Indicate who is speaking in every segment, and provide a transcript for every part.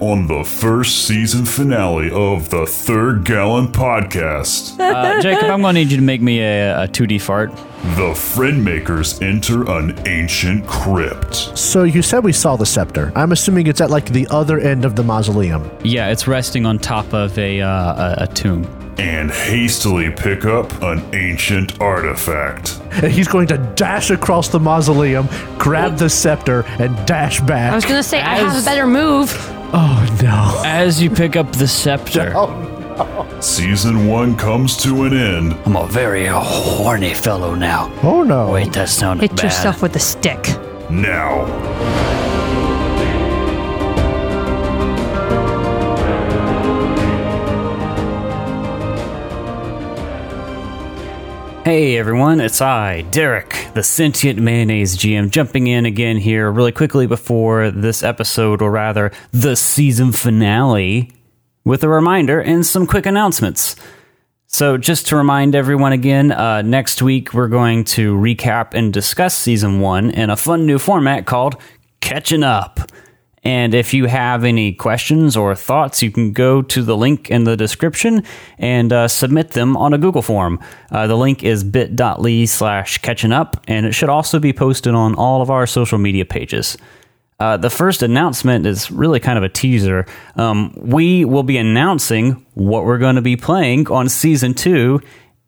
Speaker 1: on the first season finale of the Third Gallon Podcast.
Speaker 2: Uh, Jacob, I'm going to need you to make me a, a 2D fart.
Speaker 1: the friend makers enter an ancient crypt.
Speaker 3: So you said we saw the scepter. I'm assuming it's at like the other end of the mausoleum.
Speaker 2: Yeah, it's resting on top of a, uh, a, a tomb.
Speaker 1: and hastily pick up an ancient artifact.
Speaker 3: And he's going to dash across the mausoleum, grab the scepter, and dash back.
Speaker 4: I was gonna say I have
Speaker 2: As-
Speaker 4: a better move.
Speaker 3: oh no.
Speaker 2: As you pick up the scepter,
Speaker 3: Oh.
Speaker 1: Season 1 comes to an end.
Speaker 2: I'm a very horny fellow now.
Speaker 3: Oh no.
Speaker 2: Wait, that sounded
Speaker 4: Hit
Speaker 2: bad.
Speaker 4: yourself with a stick.
Speaker 5: Oh,
Speaker 1: Now,
Speaker 2: Hey everyone, it's I, Derek, the sentient mayonnaise GM, jumping in again here really quickly before this episode, or rather the season finale, with a reminder and some quick announcements. So, just to remind everyone again, uh, next week we're going to recap and discuss season one in a fun new format called Catching Up. And if you have any questions or thoughts, you can go to the link in the description and uh, submit them on a Google form. Uh, the link is bit.ly slash catching up, and it should also be posted on all of our social media pages. Uh, the first announcement is really kind of a teaser. Um, we will be announcing what we're going to be playing on season two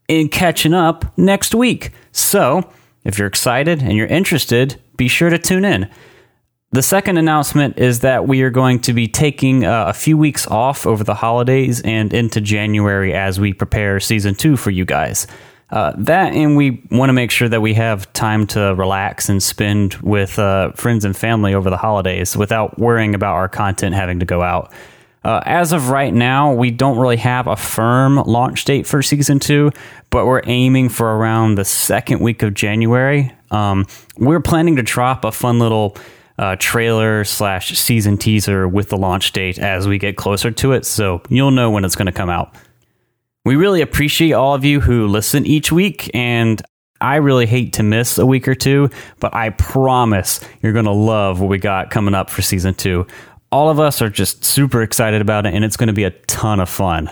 Speaker 2: in catching up next week. So if you're excited and you're interested, be sure to tune in. The second announcement is that we are going to be taking uh, a few weeks off over the holidays and into January as we prepare season two for you guys. Uh, that and we want to make sure that we have time to relax and spend with uh, friends and family over the holidays without worrying about our content having to go out. Uh, as of right now, we don't really have a firm launch date for season two, but we're aiming for around the second week of January. Um, we're planning to drop a fun little uh, trailer slash season teaser with the launch date as we get closer to it, so you'll know when it's going to come out. We really appreciate all of you who listen each week, and I really hate to miss a week or two, but I promise you're going to love what we got coming up for season two. All of us are just super excited about it, and it's going to be a ton of fun.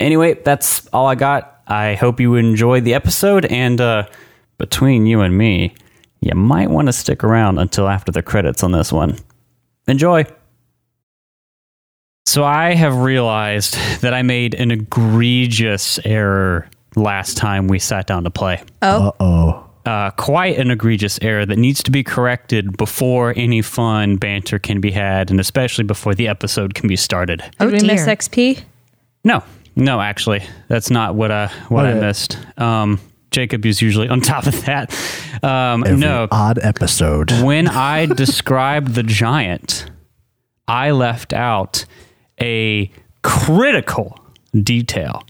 Speaker 2: Anyway, that's all I got. I hope you enjoyed the episode, and uh, between you and me, you might want to stick around until after the credits on this one. Enjoy! So I have realized that I made an egregious error last time we sat down to play.
Speaker 3: Uh oh.
Speaker 2: Uh, quite an egregious error that needs to be corrected before any fun banter can be had, and especially before the episode can be started.
Speaker 4: Oh,
Speaker 5: Did we miss
Speaker 4: dear.
Speaker 5: XP?
Speaker 2: No, no, actually, that's not what I what I
Speaker 3: Okay.
Speaker 2: missed. Um, Jacob is usually on top of that. Um, no,
Speaker 3: Odd episode.
Speaker 2: when I described the giant, I left out a critical detail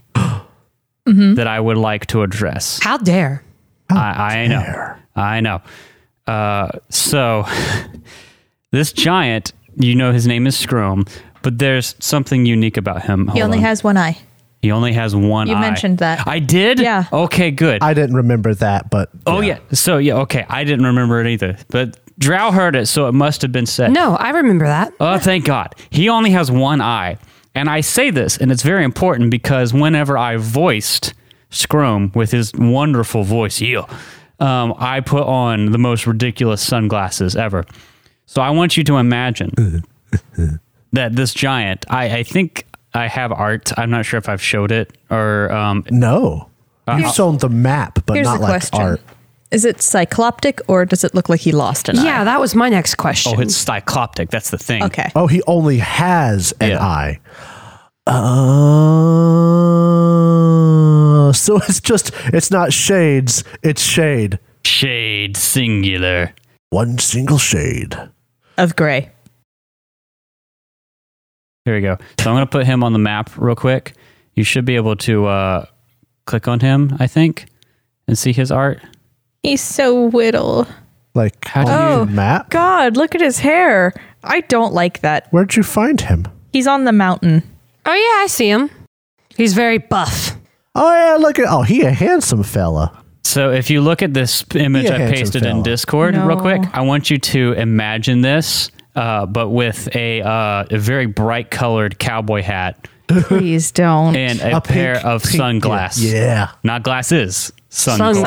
Speaker 5: Mm-hmm.
Speaker 2: that I would like to address.
Speaker 4: How dare?
Speaker 2: I, I know. I know. Uh, so, this giant, you know, his name is Scrum, but there's something unique about him.
Speaker 5: He
Speaker 2: Hold
Speaker 5: only
Speaker 2: on.
Speaker 5: has one eye.
Speaker 2: he only has one.
Speaker 5: You
Speaker 2: eye.
Speaker 5: mentioned that.
Speaker 2: I did.
Speaker 5: Yeah.
Speaker 2: Okay. Good.
Speaker 3: I didn't remember that, but
Speaker 2: oh yeah. So yeah. Okay. I didn't remember it either, but Drow heard it, so it must have been said.
Speaker 4: No, I remember that.
Speaker 2: Oh, thank God. He only has one eye. And I say this, and it's very important because whenever I voiced Scrum with his wonderful voice, yeah, um, I put on the most ridiculous sunglasses ever. So I want you to imagine that this giant, I, I think I have art. I'm not sure if I've showed it or um,
Speaker 3: no.
Speaker 2: Uh-huh.
Speaker 3: You've shown the map, but
Speaker 5: Here's
Speaker 3: not
Speaker 5: the
Speaker 3: like
Speaker 5: question.
Speaker 3: art.
Speaker 5: Is it cycloptic or does it look like he lost an eye?
Speaker 4: Yeah, that was my next question.
Speaker 2: oh, it's cycloptic. That's the thing.
Speaker 5: Okay.
Speaker 3: Oh, he only has an
Speaker 2: Yeah.
Speaker 3: eye. Uh, so it's just it's not shades, it's shade.
Speaker 2: Shade singular.
Speaker 3: One single shade.
Speaker 5: Of gray.
Speaker 2: Here we go. So I'm going to put him on the map real quick. You should be able to uh, click on him, I think, and see his art.
Speaker 5: He's so whittle.
Speaker 3: Like
Speaker 2: How do
Speaker 3: on
Speaker 5: you-
Speaker 3: the map.
Speaker 5: God, look at his hair. I don't like that.
Speaker 3: Where'd you find him?
Speaker 5: He's on the mountain.
Speaker 4: Oh yeah, I see him. He's very buff.
Speaker 3: Oh yeah, look at oh he a handsome fella.
Speaker 2: So if you look at this image
Speaker 3: Yeah,
Speaker 2: I
Speaker 3: handsome
Speaker 2: pasted in
Speaker 3: fella.
Speaker 2: Discord real quick, I want you to imagine this uh, but with a, uh, a very bright colored cowboy hat
Speaker 5: Please don't.
Speaker 2: and a, pair
Speaker 3: pink-
Speaker 2: of
Speaker 3: pink-
Speaker 2: sunglasses.
Speaker 3: Yeah.
Speaker 2: Not glasses, sunglasses.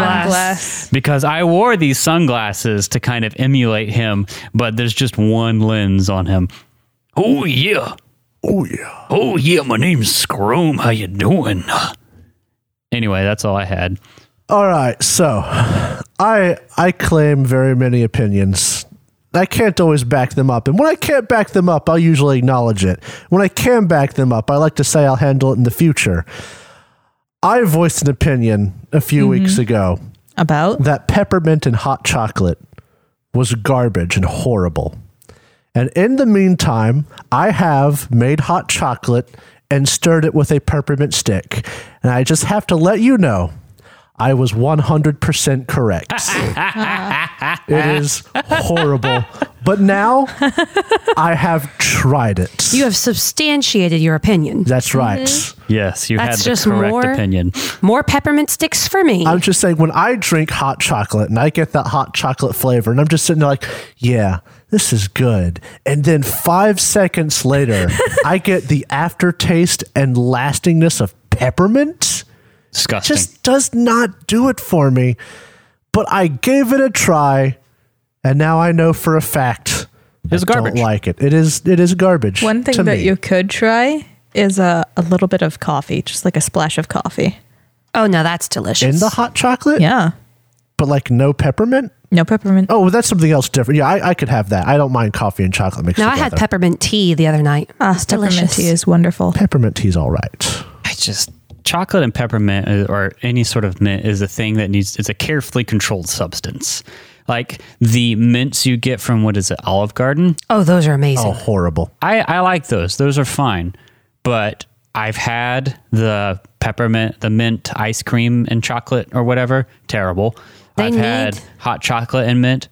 Speaker 4: Sunglass.
Speaker 2: Because I wore these sunglasses to kind of emulate him, but there's just one lens on him. Oh yeah.
Speaker 3: Oh yeah.
Speaker 2: Oh yeah, my name's Scrum. How you doing? Anyway, that's all I had.
Speaker 3: All right. So, I I claim very many opinions. I can't always back them up, and when I can't back them up, I'll usually acknowledge it. When I can back them up, I like to say I'll handle it in the future. I voiced an opinion a
Speaker 2: Mm-hmm.
Speaker 3: few weeks ago
Speaker 5: About?
Speaker 3: that peppermint and hot chocolate was garbage and horrible. And in the meantime, I have made hot chocolate and stirred it with a peppermint stick. And I just have to let you know I was 100% correct. it is horrible. But now I have tried it.
Speaker 4: You have substantiated your opinion.
Speaker 3: That's right.
Speaker 2: Yes, you
Speaker 4: That's
Speaker 2: had the
Speaker 4: just
Speaker 2: correct
Speaker 4: more-
Speaker 2: opinion.
Speaker 4: More peppermint sticks for me.
Speaker 3: I'm just saying, when I drink hot chocolate and I get that hot chocolate flavor, and I'm just sitting there like, yeah, this is good. And then five seconds later, I get the aftertaste and lastingness of peppermint.
Speaker 2: Disgusting.
Speaker 3: Just does not do it for me. But I gave it a try, and now I know for a fact
Speaker 2: It's
Speaker 3: I
Speaker 2: garbage.
Speaker 3: Don't like it. It is. It is garbage.
Speaker 5: One thing
Speaker 3: to
Speaker 5: that
Speaker 3: me.
Speaker 5: you could try is a, a little bit of coffee, just like a splash of coffee.
Speaker 4: oh, no, that's
Speaker 3: in
Speaker 4: delicious.
Speaker 3: the hot chocolate,
Speaker 5: Yeah.
Speaker 3: but like no peppermint.
Speaker 5: No peppermint.
Speaker 3: Oh, well, that's something else different. Yeah, I, I could have that. I don't mind coffee and chocolate mixed
Speaker 4: no, I
Speaker 3: together.
Speaker 4: had peppermint tea the other night.
Speaker 5: Ah,
Speaker 4: it's
Speaker 5: peppermint
Speaker 4: delicious.
Speaker 5: tea is wonderful.
Speaker 3: peppermint tea's all right.
Speaker 2: I just chocolate and peppermint is- or any sort of mint is a thing that needs it's a carefully controlled substance. Like the mints you get from what is it, Olive Garden?
Speaker 4: oh, those are amazing.
Speaker 3: Oh, horrible.
Speaker 2: I, I like those. Those are fine. But I've had the peppermint, the mint ice cream and chocolate or whatever. Terrible.
Speaker 4: They
Speaker 2: I've had
Speaker 4: need-
Speaker 2: hot chocolate and mint.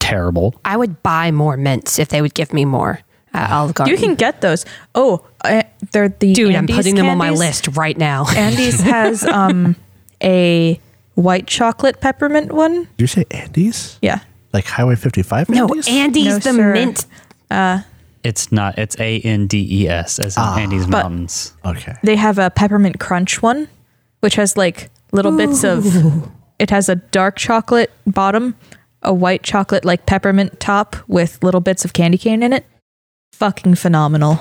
Speaker 2: Terrible.
Speaker 4: I would buy more mints if they would give me more at Olive Garden.
Speaker 5: You can get those. Oh, I, they're the
Speaker 4: Dude,
Speaker 5: Andes
Speaker 4: I'm putting them on my
Speaker 5: candies.
Speaker 4: list right now.
Speaker 5: Andy's has um a white chocolate peppermint one.
Speaker 3: Did you say Andes?
Speaker 5: Yeah.
Speaker 3: Like Highway 55?
Speaker 4: No,
Speaker 3: Andes?
Speaker 4: Andy's
Speaker 5: No,
Speaker 4: the
Speaker 5: sir.
Speaker 4: mint.
Speaker 2: It's not. It's A N D E S as in Andes
Speaker 5: But-
Speaker 2: Mountains.
Speaker 3: okay.
Speaker 5: They have a peppermint crunch one, which has like little bits of it has a dark chocolate bottom, a white chocolate like peppermint top with little bits of candy cane in it. Fucking phenomenal.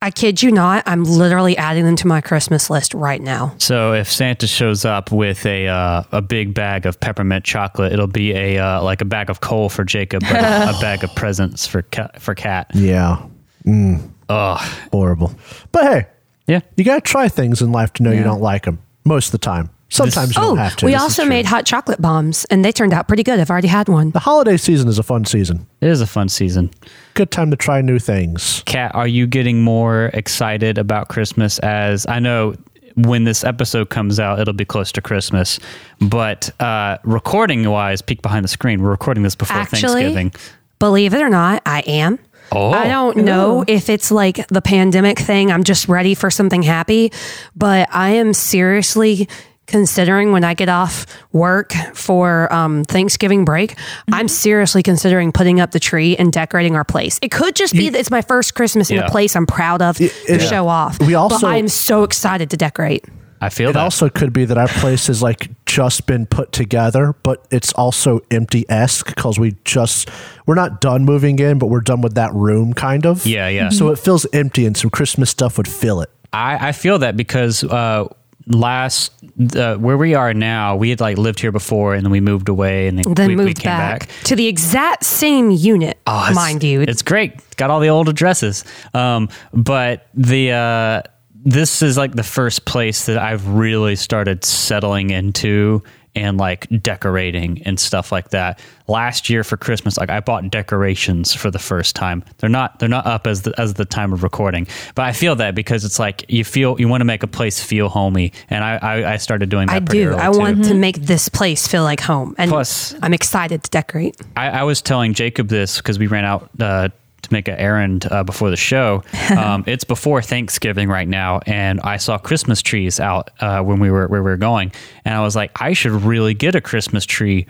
Speaker 4: I kid you not. I'm literally adding them to my Christmas list right now.
Speaker 2: So if Santa shows up with a uh, a big bag of peppermint chocolate, it'll be a uh, like a bag of coal for Jacob, but a bag of presents for Cat, for Cat.
Speaker 3: Yeah. Mm.
Speaker 2: Ugh.
Speaker 3: Horrible. But hey,
Speaker 2: Yeah.
Speaker 3: you got to try things in life to know you don't like them most of the time. Sometimes you don't
Speaker 4: Oh,
Speaker 3: have to.
Speaker 4: we also made hot chocolate bombs, and they turned out pretty good. I've already had one.
Speaker 3: the holiday season is a fun season.
Speaker 2: It is a fun season.
Speaker 3: Good time to try new things.
Speaker 2: Kat, are you getting more excited about Christmas as I know when this episode comes out, it'll be close to Christmas. But uh, recording wise, peek behind the screen, we're recording this before
Speaker 4: Actually-
Speaker 2: Thanksgiving.
Speaker 4: Believe it or not, I am.
Speaker 2: Oh.
Speaker 4: I don't know if it's like the pandemic thing. I'm just ready for something happy, but I am seriously considering when I get off work for um, Thanksgiving break,
Speaker 3: Mm-hmm.
Speaker 4: I'm seriously considering putting up the tree and decorating our place. It could just be that it's my first Christmas in
Speaker 2: Yeah.
Speaker 4: a place I'm proud of to show off.
Speaker 3: We also-
Speaker 4: but I'm so excited to decorate.
Speaker 2: I feel
Speaker 3: It
Speaker 2: that.
Speaker 3: also could be that our place has like just been put together, but it's also empty esque because we just we're not done moving in, but we're done with that room kind of.
Speaker 2: Yeah, yeah.
Speaker 3: So it feels empty, and some Christmas stuff would fill it.
Speaker 2: I, I feel that because uh, last uh, where we are now, we had like lived here before, and then we moved away, and then,
Speaker 4: Then
Speaker 2: we, we
Speaker 4: moved
Speaker 2: came
Speaker 4: back,
Speaker 2: back. Ah,
Speaker 4: to the exact same unit,
Speaker 2: Oh, it's-
Speaker 4: mind you.
Speaker 2: It's great. It's got all the old addresses. Um, but the uh, this is like the first place that I've really started settling into and like decorating and stuff like that. Last year for Christmas, like I bought decorations for the first time. They're not they're not up as the, as the time of recording, but I feel that because it's like you feel you want to make a place feel homey, and I I, I started doing that.
Speaker 4: I
Speaker 2: pretty
Speaker 4: do.
Speaker 2: early,
Speaker 4: I
Speaker 2: too.
Speaker 4: want to make this place feel like home. And
Speaker 2: Plus-
Speaker 4: I'm excited to decorate.
Speaker 2: I, I was telling Jacob this because we ran out uh, to make an errand uh, before the show. Um, it's before Thanksgiving right now, and I saw Christmas trees out uh, when we were where we were going, and I was like, I should really get a Christmas tree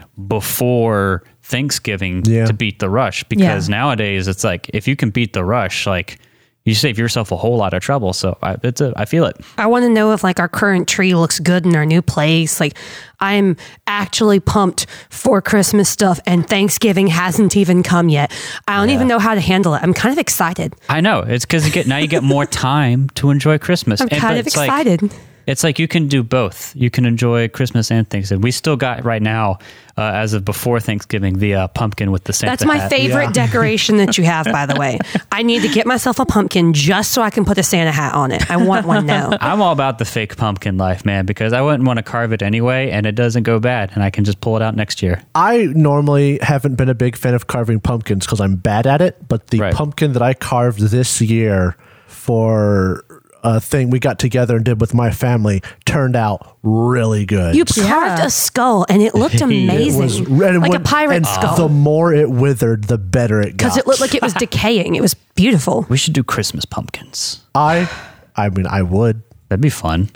Speaker 2: before Thanksgiving
Speaker 3: Yeah.
Speaker 2: to beat the rush because nowadays it's like if you can beat the rush, like you save yourself a whole lot of trouble. So I, it's a, I feel it.
Speaker 4: I want to know if like our current tree looks good in our new place. Like I'm actually pumped for Christmas stuff and Thanksgiving hasn't even come yet. I don't even know how to handle it. I'm kind of excited.
Speaker 2: I know it's because you get now you get more time to enjoy Christmas.
Speaker 4: I'm
Speaker 2: And-
Speaker 4: kind
Speaker 2: but
Speaker 4: of
Speaker 2: it's like-
Speaker 4: excited.
Speaker 2: It's like you can do both. You can enjoy Christmas and Thanksgiving. We still got right now, uh, as of before Thanksgiving, the uh, pumpkin with the Santa.
Speaker 4: That's my
Speaker 2: hat.
Speaker 4: favorite decoration that you have, by the way. I need to get myself a pumpkin just so I can put a Santa hat on it. I want one now.
Speaker 2: I'm all about the fake pumpkin life, man, because I wouldn't want to carve it anyway, and it doesn't go bad, and I can just pull it out next year.
Speaker 3: I normally haven't been a big fan of carving pumpkins because I'm bad at it. But the
Speaker 2: Right.
Speaker 3: pumpkin that I carved this year for a thing we got together and did with my family turned out really good.
Speaker 4: You carved a skull and it looked amazing.
Speaker 3: It was and it
Speaker 4: like a
Speaker 3: went-
Speaker 4: pirate
Speaker 3: and The
Speaker 4: skull.
Speaker 3: more it withered, the better it got.
Speaker 4: Because it looked like it was decaying. It was beautiful.
Speaker 2: We should do Christmas pumpkins.
Speaker 3: I, I mean, I would.
Speaker 2: That'd be fun.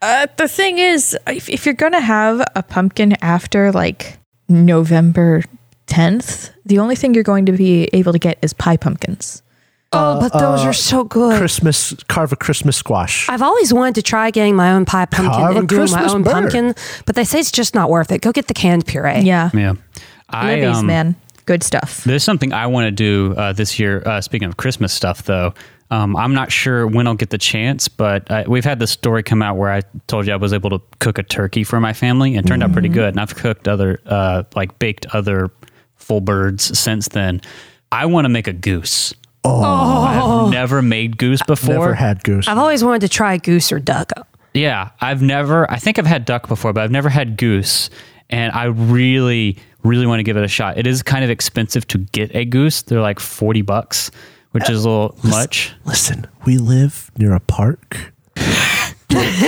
Speaker 5: Uh, The thing is, if, if you're gonna have a pumpkin after like November 10th, the only thing you're going to be able to get is pie pumpkins.
Speaker 3: Uh,
Speaker 4: oh, but those are so good.
Speaker 3: Christmas carve a Christmas squash.
Speaker 4: I've always wanted to try getting my own pie pumpkin
Speaker 3: Carve a
Speaker 4: and doing my
Speaker 3: Christmas
Speaker 4: own
Speaker 3: bird.
Speaker 4: pumpkin, but they say it's just not worth it. Go get the canned puree.
Speaker 5: Yeah,
Speaker 2: Yeah. I,
Speaker 5: Libby's
Speaker 2: um,
Speaker 5: man, good stuff.
Speaker 2: There's something I want to do uh, this year. Uh, speaking of Christmas stuff, though, um, I'm not sure when I'll get the chance, but I, we've had this story come out where I told you I was able to cook a turkey for my family, and it turned out pretty good. And I've cooked other, uh, like baked other full birds since then. I want to make a goose. Oh, I've never made goose before.
Speaker 3: Never had goose.
Speaker 4: I've always wanted to try goose or duck.
Speaker 2: Yeah, I've never. I think I've had duck before, but I've never had goose, and I really, really want to give it a shot. It is kind of expensive to get a goose. They're like forty bucks, which is a little much.
Speaker 3: Listen, we live near a park. Don't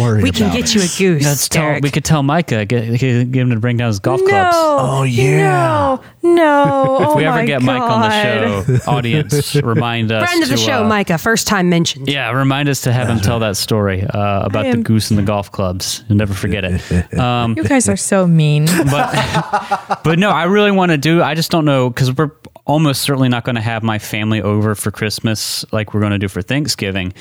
Speaker 3: worry
Speaker 4: We
Speaker 3: about
Speaker 4: can
Speaker 3: it.
Speaker 4: get you a goose.
Speaker 2: Let's tell,
Speaker 4: Derek.
Speaker 2: we could tell Micah get, get him to bring down his golf clubs.
Speaker 3: Oh yeah.
Speaker 5: No, no.
Speaker 2: If
Speaker 5: oh
Speaker 2: we ever
Speaker 5: my
Speaker 2: get
Speaker 5: God.
Speaker 2: Mike on the show, audience, remind us.
Speaker 4: Friend of the
Speaker 2: to,
Speaker 4: show,
Speaker 2: uh,
Speaker 4: Micah, first time mentioned.
Speaker 2: Yeah, remind us to have him tell that story uh, about the
Speaker 5: am-
Speaker 2: goose and the golf clubs. You'll never forget it. Um,
Speaker 5: You guys are so mean.
Speaker 2: but but no, I really want to do. I just don't know because we're almost certainly not going to have my family over for Christmas like we're going to do for Thanksgiving.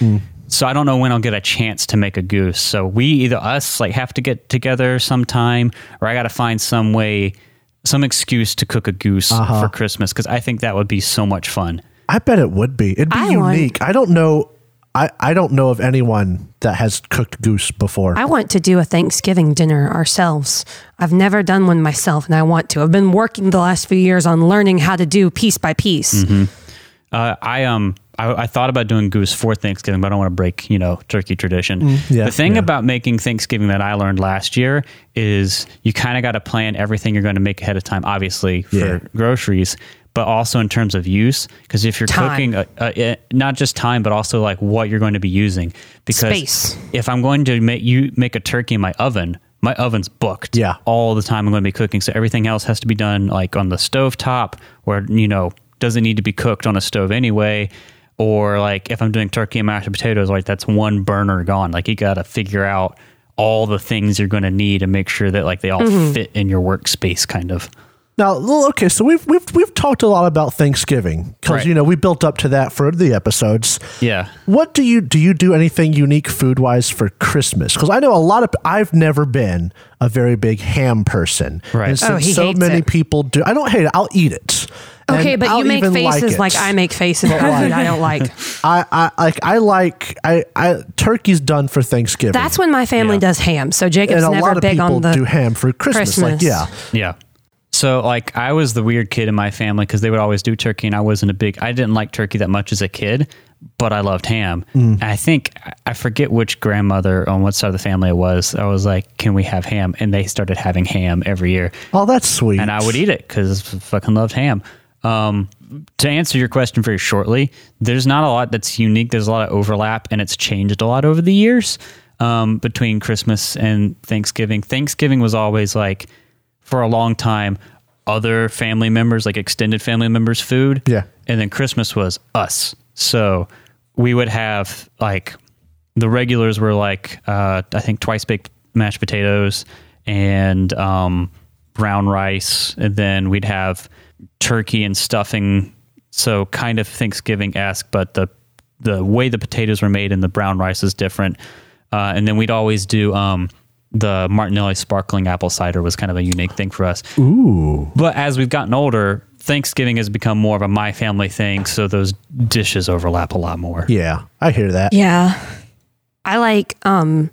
Speaker 2: So I don't know when I'll get a chance to make a goose. So we either us like have to get together sometime, or I got to find some way, some excuse to cook a goose for Christmas because I think that would be so much fun.
Speaker 3: I bet it would be. It'd be
Speaker 4: I want-
Speaker 3: unique. I don't know. I, I don't know of anyone that has cooked goose before.
Speaker 4: I want to do a Thanksgiving dinner ourselves. I've never done one myself, and I want to. I've been working the last few years on learning how to do piece by piece.
Speaker 2: Mm. Uh, I um I, I thought about doing goose for Thanksgiving, but I don't want to break you know turkey tradition.
Speaker 3: Mm, yeah,
Speaker 2: the thing
Speaker 3: yeah.
Speaker 2: about making Thanksgiving that I learned last year is you kind of got to plan everything you're going to make ahead of time, obviously for
Speaker 3: Yeah.
Speaker 2: groceries, but also in terms of use. Because if you're
Speaker 4: Time.
Speaker 2: cooking, uh, uh, eh, not just time, but also like what you're going to be using. Because
Speaker 4: Space.
Speaker 2: if I'm going to make you make a turkey in my oven. My oven's booked
Speaker 3: Yeah.
Speaker 2: all the time I'm going to be cooking. So everything else has to be done like on the stove top or, you know, doesn't need to be cooked on a stove anyway. Or like if I'm doing turkey and mashed potatoes, like that's one burner gone. Like you got to figure out all the things you're going to need and make sure that like they all fit in your workspace kind of.
Speaker 3: Now, l- okay, so we've we've we've talked a lot about Thanksgiving because
Speaker 2: Right.
Speaker 3: you know we built up to that for the episodes.
Speaker 2: Yeah.
Speaker 3: What do you do? You do anything unique food wise for Christmas? Because I know a lot of I've never been a very big ham person.
Speaker 2: Right.
Speaker 3: And
Speaker 4: Oh,
Speaker 3: since
Speaker 4: he
Speaker 3: so
Speaker 4: hates
Speaker 3: many
Speaker 4: it.
Speaker 3: people do. I don't hate it. I'll eat it. And
Speaker 4: Okay, but
Speaker 3: I'll
Speaker 4: you make
Speaker 3: even
Speaker 4: faces like,
Speaker 3: it.
Speaker 4: I make faces about food I don't like.
Speaker 3: I, I like I like I, I turkey's done for Thanksgiving.
Speaker 4: That's when my family does ham. So Jacob's
Speaker 3: and a
Speaker 4: never
Speaker 3: lot of
Speaker 4: big
Speaker 3: people
Speaker 4: on the
Speaker 3: do ham for Christmas. Like
Speaker 4: Christmas.
Speaker 3: yeah,
Speaker 2: Yeah. So like I was the weird kid in my family because they would always do turkey, and I wasn't a big. I didn't like turkey that much as a kid, but I loved ham. And I think I- I forget which grandmother on what side of the family it was. I was like, "Can we have ham?" And they started having ham every year,
Speaker 3: oh that's sweet.
Speaker 2: and I would eat it because fucking loved ham. Um, to answer your question very shortly, there's not a lot that's unique. There's a lot of overlap, and it's changed a lot over the years um, between Christmas and Thanksgiving. Thanksgiving was always like for a long time. other family members, like extended family members, food.
Speaker 3: Yeah.
Speaker 2: And then Christmas was us. So we would have like the regulars were like uh, I think twice baked mashed potatoes and um, brown rice, and then we'd have turkey and stuffing. So kind of Thanksgiving esque, but the the way the potatoes were made and the brown rice is different. Uh, and then we'd always do um, the Martinelli sparkling apple cider was kind of a unique thing for us. But as we've gotten older, Thanksgiving has become more of a my family thing, so those dishes overlap a lot more.
Speaker 3: Yeah, I hear that.
Speaker 5: Yeah.
Speaker 4: I like um,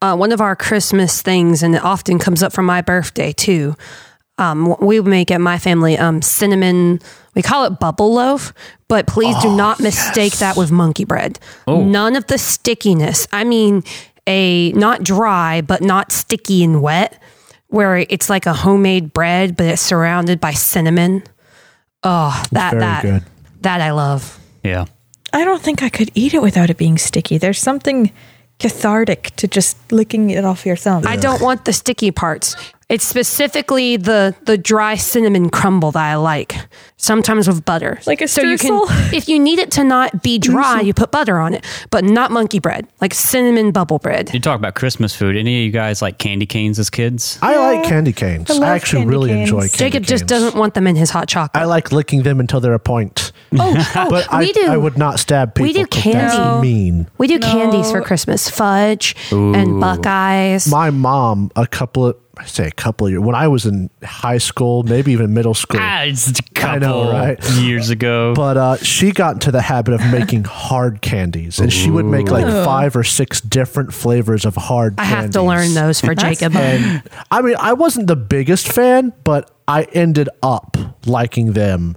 Speaker 4: uh, one of our Christmas things, and it often comes up for my birthday too. Um, we make at my family um, cinnamon. We call it bubble loaf, but please
Speaker 3: Oh,
Speaker 4: do not mistake that with monkey bread. None of the stickiness. I mean, a not dry, but not sticky and wet, where it's like a homemade bread, but it's surrounded by cinnamon. Oh, that
Speaker 3: very
Speaker 4: that
Speaker 3: good.
Speaker 4: that I love.
Speaker 2: Yeah.
Speaker 5: I don't think I could eat it without it being sticky. There's something cathartic to just licking it off your thumb.
Speaker 4: I don't want the sticky parts. It's specifically the the dry cinnamon crumble that I like. Sometimes with butter,
Speaker 5: Like a
Speaker 4: you can,
Speaker 5: streusel?
Speaker 4: if you need it to not be dry, you put butter on it, but not monkey bread, like cinnamon bubble bread.
Speaker 2: You talk about Christmas food. Any of you guys like candy canes as kids?
Speaker 3: I like candy canes.
Speaker 5: I
Speaker 3: I,
Speaker 5: love
Speaker 3: actually
Speaker 5: candy
Speaker 3: really
Speaker 5: canes.
Speaker 3: enjoy candy
Speaker 4: Jacob just
Speaker 3: canes.
Speaker 4: doesn't want them in his hot chocolate.
Speaker 3: I like licking them until they're a point.
Speaker 4: oh, oh,
Speaker 3: But I,
Speaker 4: we do.
Speaker 3: I would not stab people.
Speaker 4: We do
Speaker 3: 'cause that's
Speaker 4: candy.
Speaker 3: mean.
Speaker 4: we do candies for Christmas, fudge and Buckeyes.
Speaker 3: My mom, a couple of, I say a couple of years, when I was in high school, maybe even middle school,
Speaker 2: Ah, it's a couple
Speaker 3: know, right?
Speaker 2: years ago.
Speaker 3: but uh, she got into the habit of making hard candies. And she would make like five or six different flavors of hard
Speaker 4: I
Speaker 3: candies.
Speaker 4: have to learn those for Jacob.
Speaker 3: And I mean, I wasn't the biggest fan, but I ended up liking them.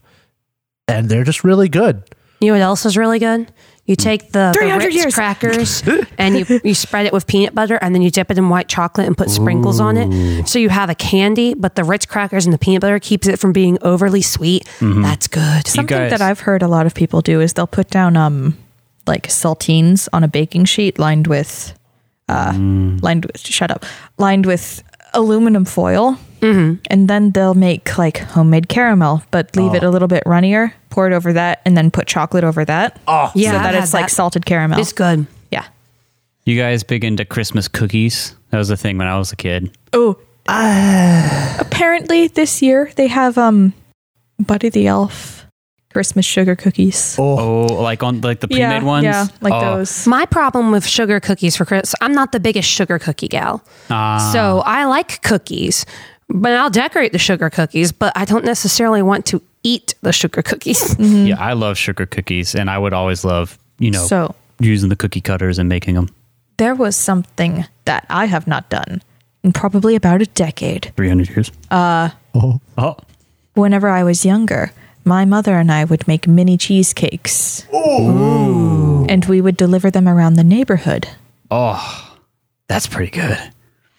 Speaker 3: And they're just really good.
Speaker 4: You know what else is really good? You take the, the
Speaker 5: 300
Speaker 4: Ritz
Speaker 5: years.
Speaker 4: crackers and you, you spread it with peanut butter and then you dip it in white chocolate and put sprinkles on it. So you have a candy, but the Ritz crackers and the peanut butter keeps it from being overly sweet. That's good.
Speaker 5: Something
Speaker 2: guys-
Speaker 5: that I've heard a lot of people do is they'll put down um like saltines on a baking sheet lined with uh lined with shut up lined with aluminum foil and then they'll make like homemade caramel but leave it a little bit runnier pour it over that and then put chocolate over that
Speaker 4: yeah,
Speaker 5: Oh, so
Speaker 4: I've
Speaker 5: that
Speaker 4: had
Speaker 5: it's like salted caramel
Speaker 4: It's good.
Speaker 5: yeah
Speaker 2: you guys big into Christmas cookies? That was the thing when I was a kid.
Speaker 5: oh apparently this year they have um buddy the elf christmas sugar cookies
Speaker 2: Oh, like on like the pre-made
Speaker 5: yeah
Speaker 2: ones?
Speaker 5: yeah like
Speaker 2: Oh,
Speaker 5: those
Speaker 4: My problem with sugar cookies for Chris, I'm not the biggest sugar cookie gal.
Speaker 2: ah.
Speaker 4: So I like cookies, but I'll decorate the sugar cookies, but I don't necessarily want to eat the sugar cookies.
Speaker 2: Yeah, I love sugar cookies and I would always love, you know,
Speaker 5: Mm-hmm. so
Speaker 2: using the cookie cutters and making them
Speaker 5: there was something that I have not done in probably about a decade.
Speaker 2: 300 years. Uh, oh.
Speaker 5: Whenever I was younger, my mother and I would make mini cheesecakes. And we would deliver them around the neighborhood.
Speaker 2: Oh, that's pretty good.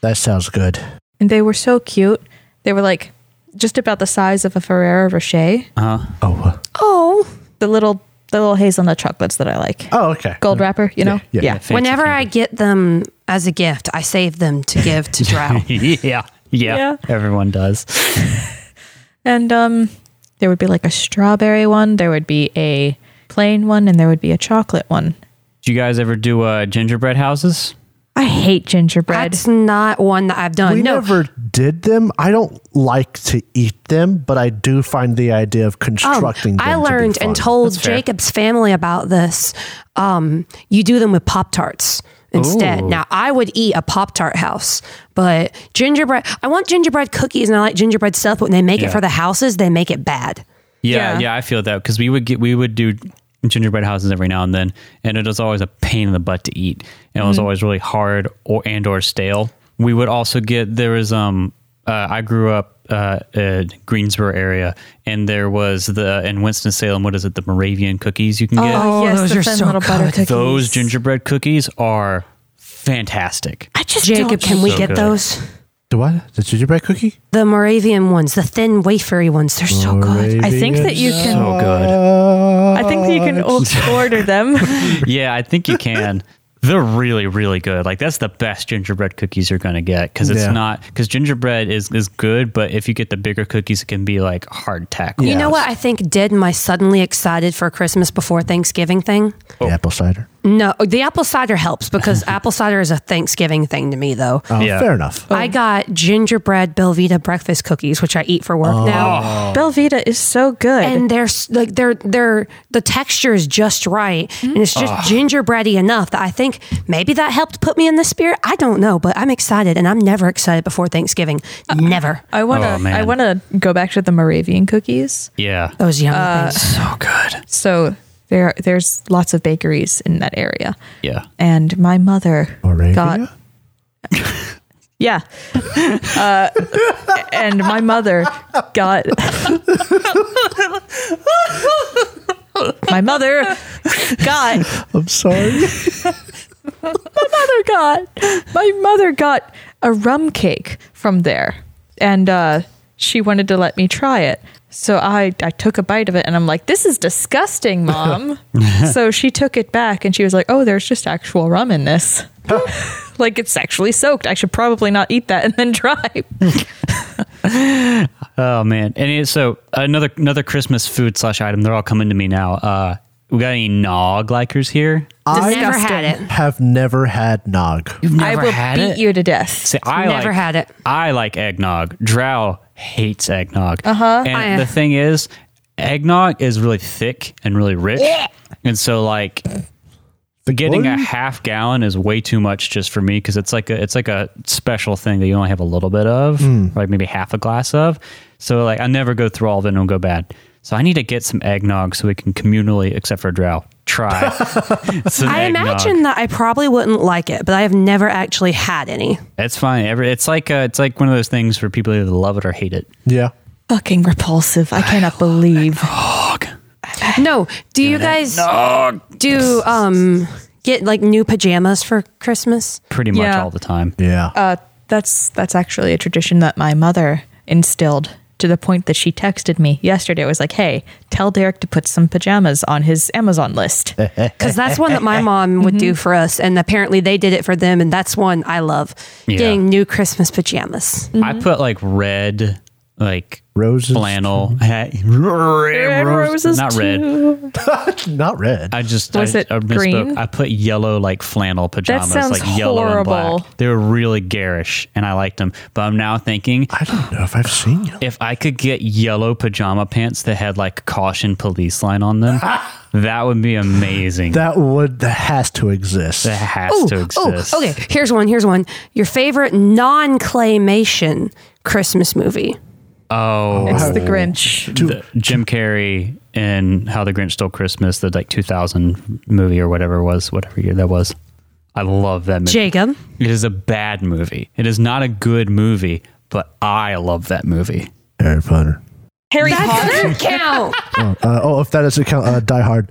Speaker 3: That sounds good.
Speaker 5: And they were so cute. They were like just about the size of a Ferrero Rocher.
Speaker 2: Uh-huh.
Speaker 3: Oh, uh,
Speaker 4: Oh,
Speaker 5: The little the little hazelnut chocolates that I like.
Speaker 3: oh okay.
Speaker 5: Gold wrapper, you know?
Speaker 3: yeah,
Speaker 2: Fancy
Speaker 4: Whenever
Speaker 2: food.
Speaker 4: I get them as a gift, I save them to give to Drow.
Speaker 2: yeah, yeah,
Speaker 5: Yeah.
Speaker 2: everyone does.
Speaker 5: And um there would be like a strawberry one, there would be a plain one, and there would be a chocolate one.
Speaker 2: Do you guys ever do uh, gingerbread houses?
Speaker 5: I hate gingerbread.
Speaker 4: That's not one that I've done.
Speaker 3: We
Speaker 4: no,
Speaker 3: never did them. I don't like to eat them, but I do find the idea
Speaker 5: Oh,
Speaker 3: of
Speaker 4: Um,
Speaker 3: constructing them.
Speaker 4: I
Speaker 3: to be
Speaker 4: learned and
Speaker 3: fun.
Speaker 4: told Jacob's family about this. Um, you do them with Pop Tarts instead. Now, I would eat a Pop Tart house, but gingerbread, I want gingerbread cookies and I like gingerbread stuff, but when they make
Speaker 2: Yeah.
Speaker 4: it for the houses, they make it bad.
Speaker 2: Yeah, yeah,
Speaker 5: Yeah.
Speaker 2: I feel that because we would get we would do gingerbread houses every now and then, and it was always a pain in the butt to eat, and it was always really hard or and or stale. We would also get there was um uh, I grew up uh, in Greensboro area, and there was the in Winston Salem what is it the Moravian cookies you can get
Speaker 5: Oh,
Speaker 4: yes, Oh, those the are thin so little butter good.
Speaker 2: those gingerbread Oh, cookies are fantastic.
Speaker 5: I just
Speaker 4: Jacob, can we
Speaker 2: So
Speaker 4: get
Speaker 2: good.
Speaker 4: those?
Speaker 3: The what? The gingerbread cookie?
Speaker 4: The Moravian ones, the thin wafery ones, they're so good.
Speaker 5: I think that you can.
Speaker 2: So good.
Speaker 5: I think that you can order them.
Speaker 2: Yeah, I think you can. they're really really good. Like that's the best gingerbread cookies you're gonna get because it's
Speaker 3: Yeah.
Speaker 2: not because gingerbread is is good, but if you get the bigger cookies, it can be like hard tackle.
Speaker 4: You know
Speaker 3: Yes.
Speaker 4: what I think did my suddenly excited for Christmas before Thanksgiving thing?
Speaker 2: Oh.
Speaker 3: The apple cider.
Speaker 4: No, the apple cider helps because apple cider is a Thanksgiving thing to me, though.
Speaker 3: Oh,
Speaker 2: Yeah.
Speaker 3: Fair enough.
Speaker 4: I got gingerbread Belvita breakfast cookies, which I eat for
Speaker 3: Oh.
Speaker 4: work now.
Speaker 5: Belvita is so good.
Speaker 4: And they're s- like they're they're the texture is just right, and it's
Speaker 3: Ah.
Speaker 4: just gingerbready enough that I think maybe that helped put me in the spirit. I don't know, but I'm excited, and I'm never excited before Thanksgiving.
Speaker 3: Uh,
Speaker 4: never
Speaker 5: I want
Speaker 2: Oh,
Speaker 5: to
Speaker 2: man.
Speaker 5: I want to go back to the Moravian cookies.
Speaker 2: Yeah,
Speaker 4: those yummy
Speaker 3: uh,
Speaker 4: things.
Speaker 2: so Oh, good.
Speaker 5: So there there's lots of bakeries in that area.
Speaker 2: Yeah,
Speaker 5: And my mother
Speaker 3: Moravia?
Speaker 5: got Yeah. Uh, and my mother got My mother got
Speaker 3: I'm sorry.
Speaker 5: mother got my mother got a rum cake from there and uh, she wanted to let me try it so I, I took a bite of it and i'm like this is disgusting mom so she took it back and she was like oh there's just actual rum in this like it's actually soaked i should probably not eat that and then drive
Speaker 2: Oh man! And it, so another another Christmas food slash item. They're all coming to me now. Uh, we got any nog likers here?
Speaker 4: never had it.
Speaker 3: have never had nog.
Speaker 5: i will beat you to death
Speaker 2: See, I
Speaker 4: Never
Speaker 2: like,
Speaker 4: had it.
Speaker 2: I like eggnog. Drow hates eggnog. Uh huh. And
Speaker 4: Uh-huh. I-
Speaker 2: the thing is, eggnog is really thick and really rich, and so like getting a
Speaker 3: one?
Speaker 2: half gallon is way too much just for me because it's like a it's like a special thing that you only have a little bit of, like maybe half a glass of. So like I never go through all of it and it'll go bad. So I need to get some eggnog so we can communally, except for Drow, try. some
Speaker 4: I
Speaker 2: eggnog.
Speaker 4: imagine that I probably wouldn't like it, but I have never actually had any.
Speaker 2: it's fine. Every it's like uh it's like one of those things for people either love it or hate it.
Speaker 3: Yeah.
Speaker 5: fucking repulsive i cannot
Speaker 3: Oh
Speaker 5: believe
Speaker 4: No, do you guys do um get like new pajamas for Christmas?
Speaker 2: Pretty much
Speaker 5: Yeah.
Speaker 2: all the time.
Speaker 3: Yeah.
Speaker 5: Uh, that's that's actually a tradition that my mother instilled to the point that she texted me yesterday. It was like, "Hey, tell Derek to put some pajamas on his Amazon list."
Speaker 4: Because that's one that my mom would
Speaker 2: Mm-hmm.
Speaker 4: do for us, and apparently they did it for them, and that's one I love getting new Christmas pajamas.
Speaker 5: Mm-hmm.
Speaker 2: I put like red, like
Speaker 3: Roses.
Speaker 2: flannel. Red, red
Speaker 5: roses
Speaker 2: not red.
Speaker 3: Not red.
Speaker 2: I just
Speaker 5: Was
Speaker 2: I,
Speaker 5: it
Speaker 2: I misspoke.
Speaker 5: green?
Speaker 2: I put yellow like flannel pajamas,
Speaker 5: sounds
Speaker 2: like yellow and
Speaker 5: horrible.
Speaker 2: black. They were really garish, and I liked them. But I'm now thinking.
Speaker 3: I don't know if I've seen you.
Speaker 2: If I could get yellow pajama pants that had like caution police line on them, that would be amazing. That,
Speaker 3: That would that has to exist.
Speaker 2: has to exist.
Speaker 4: Oh, okay. Here's one. Here's one. Your favorite non claymation Christmas movie?
Speaker 2: Oh,
Speaker 5: It's the Grinch.
Speaker 2: the- Jim Carrey and How the Grinch Stole Christmas, the like 2000 movie or whatever it was, whatever year that was. I love that movie.
Speaker 4: Jacob.
Speaker 2: It is a bad movie. It is not a good movie, but I love that movie.
Speaker 3: Harry Potter.
Speaker 5: Harry
Speaker 4: That
Speaker 5: Potter.
Speaker 4: doesn't count.
Speaker 3: Uh, oh, if that doesn't count, uh, Die Hard.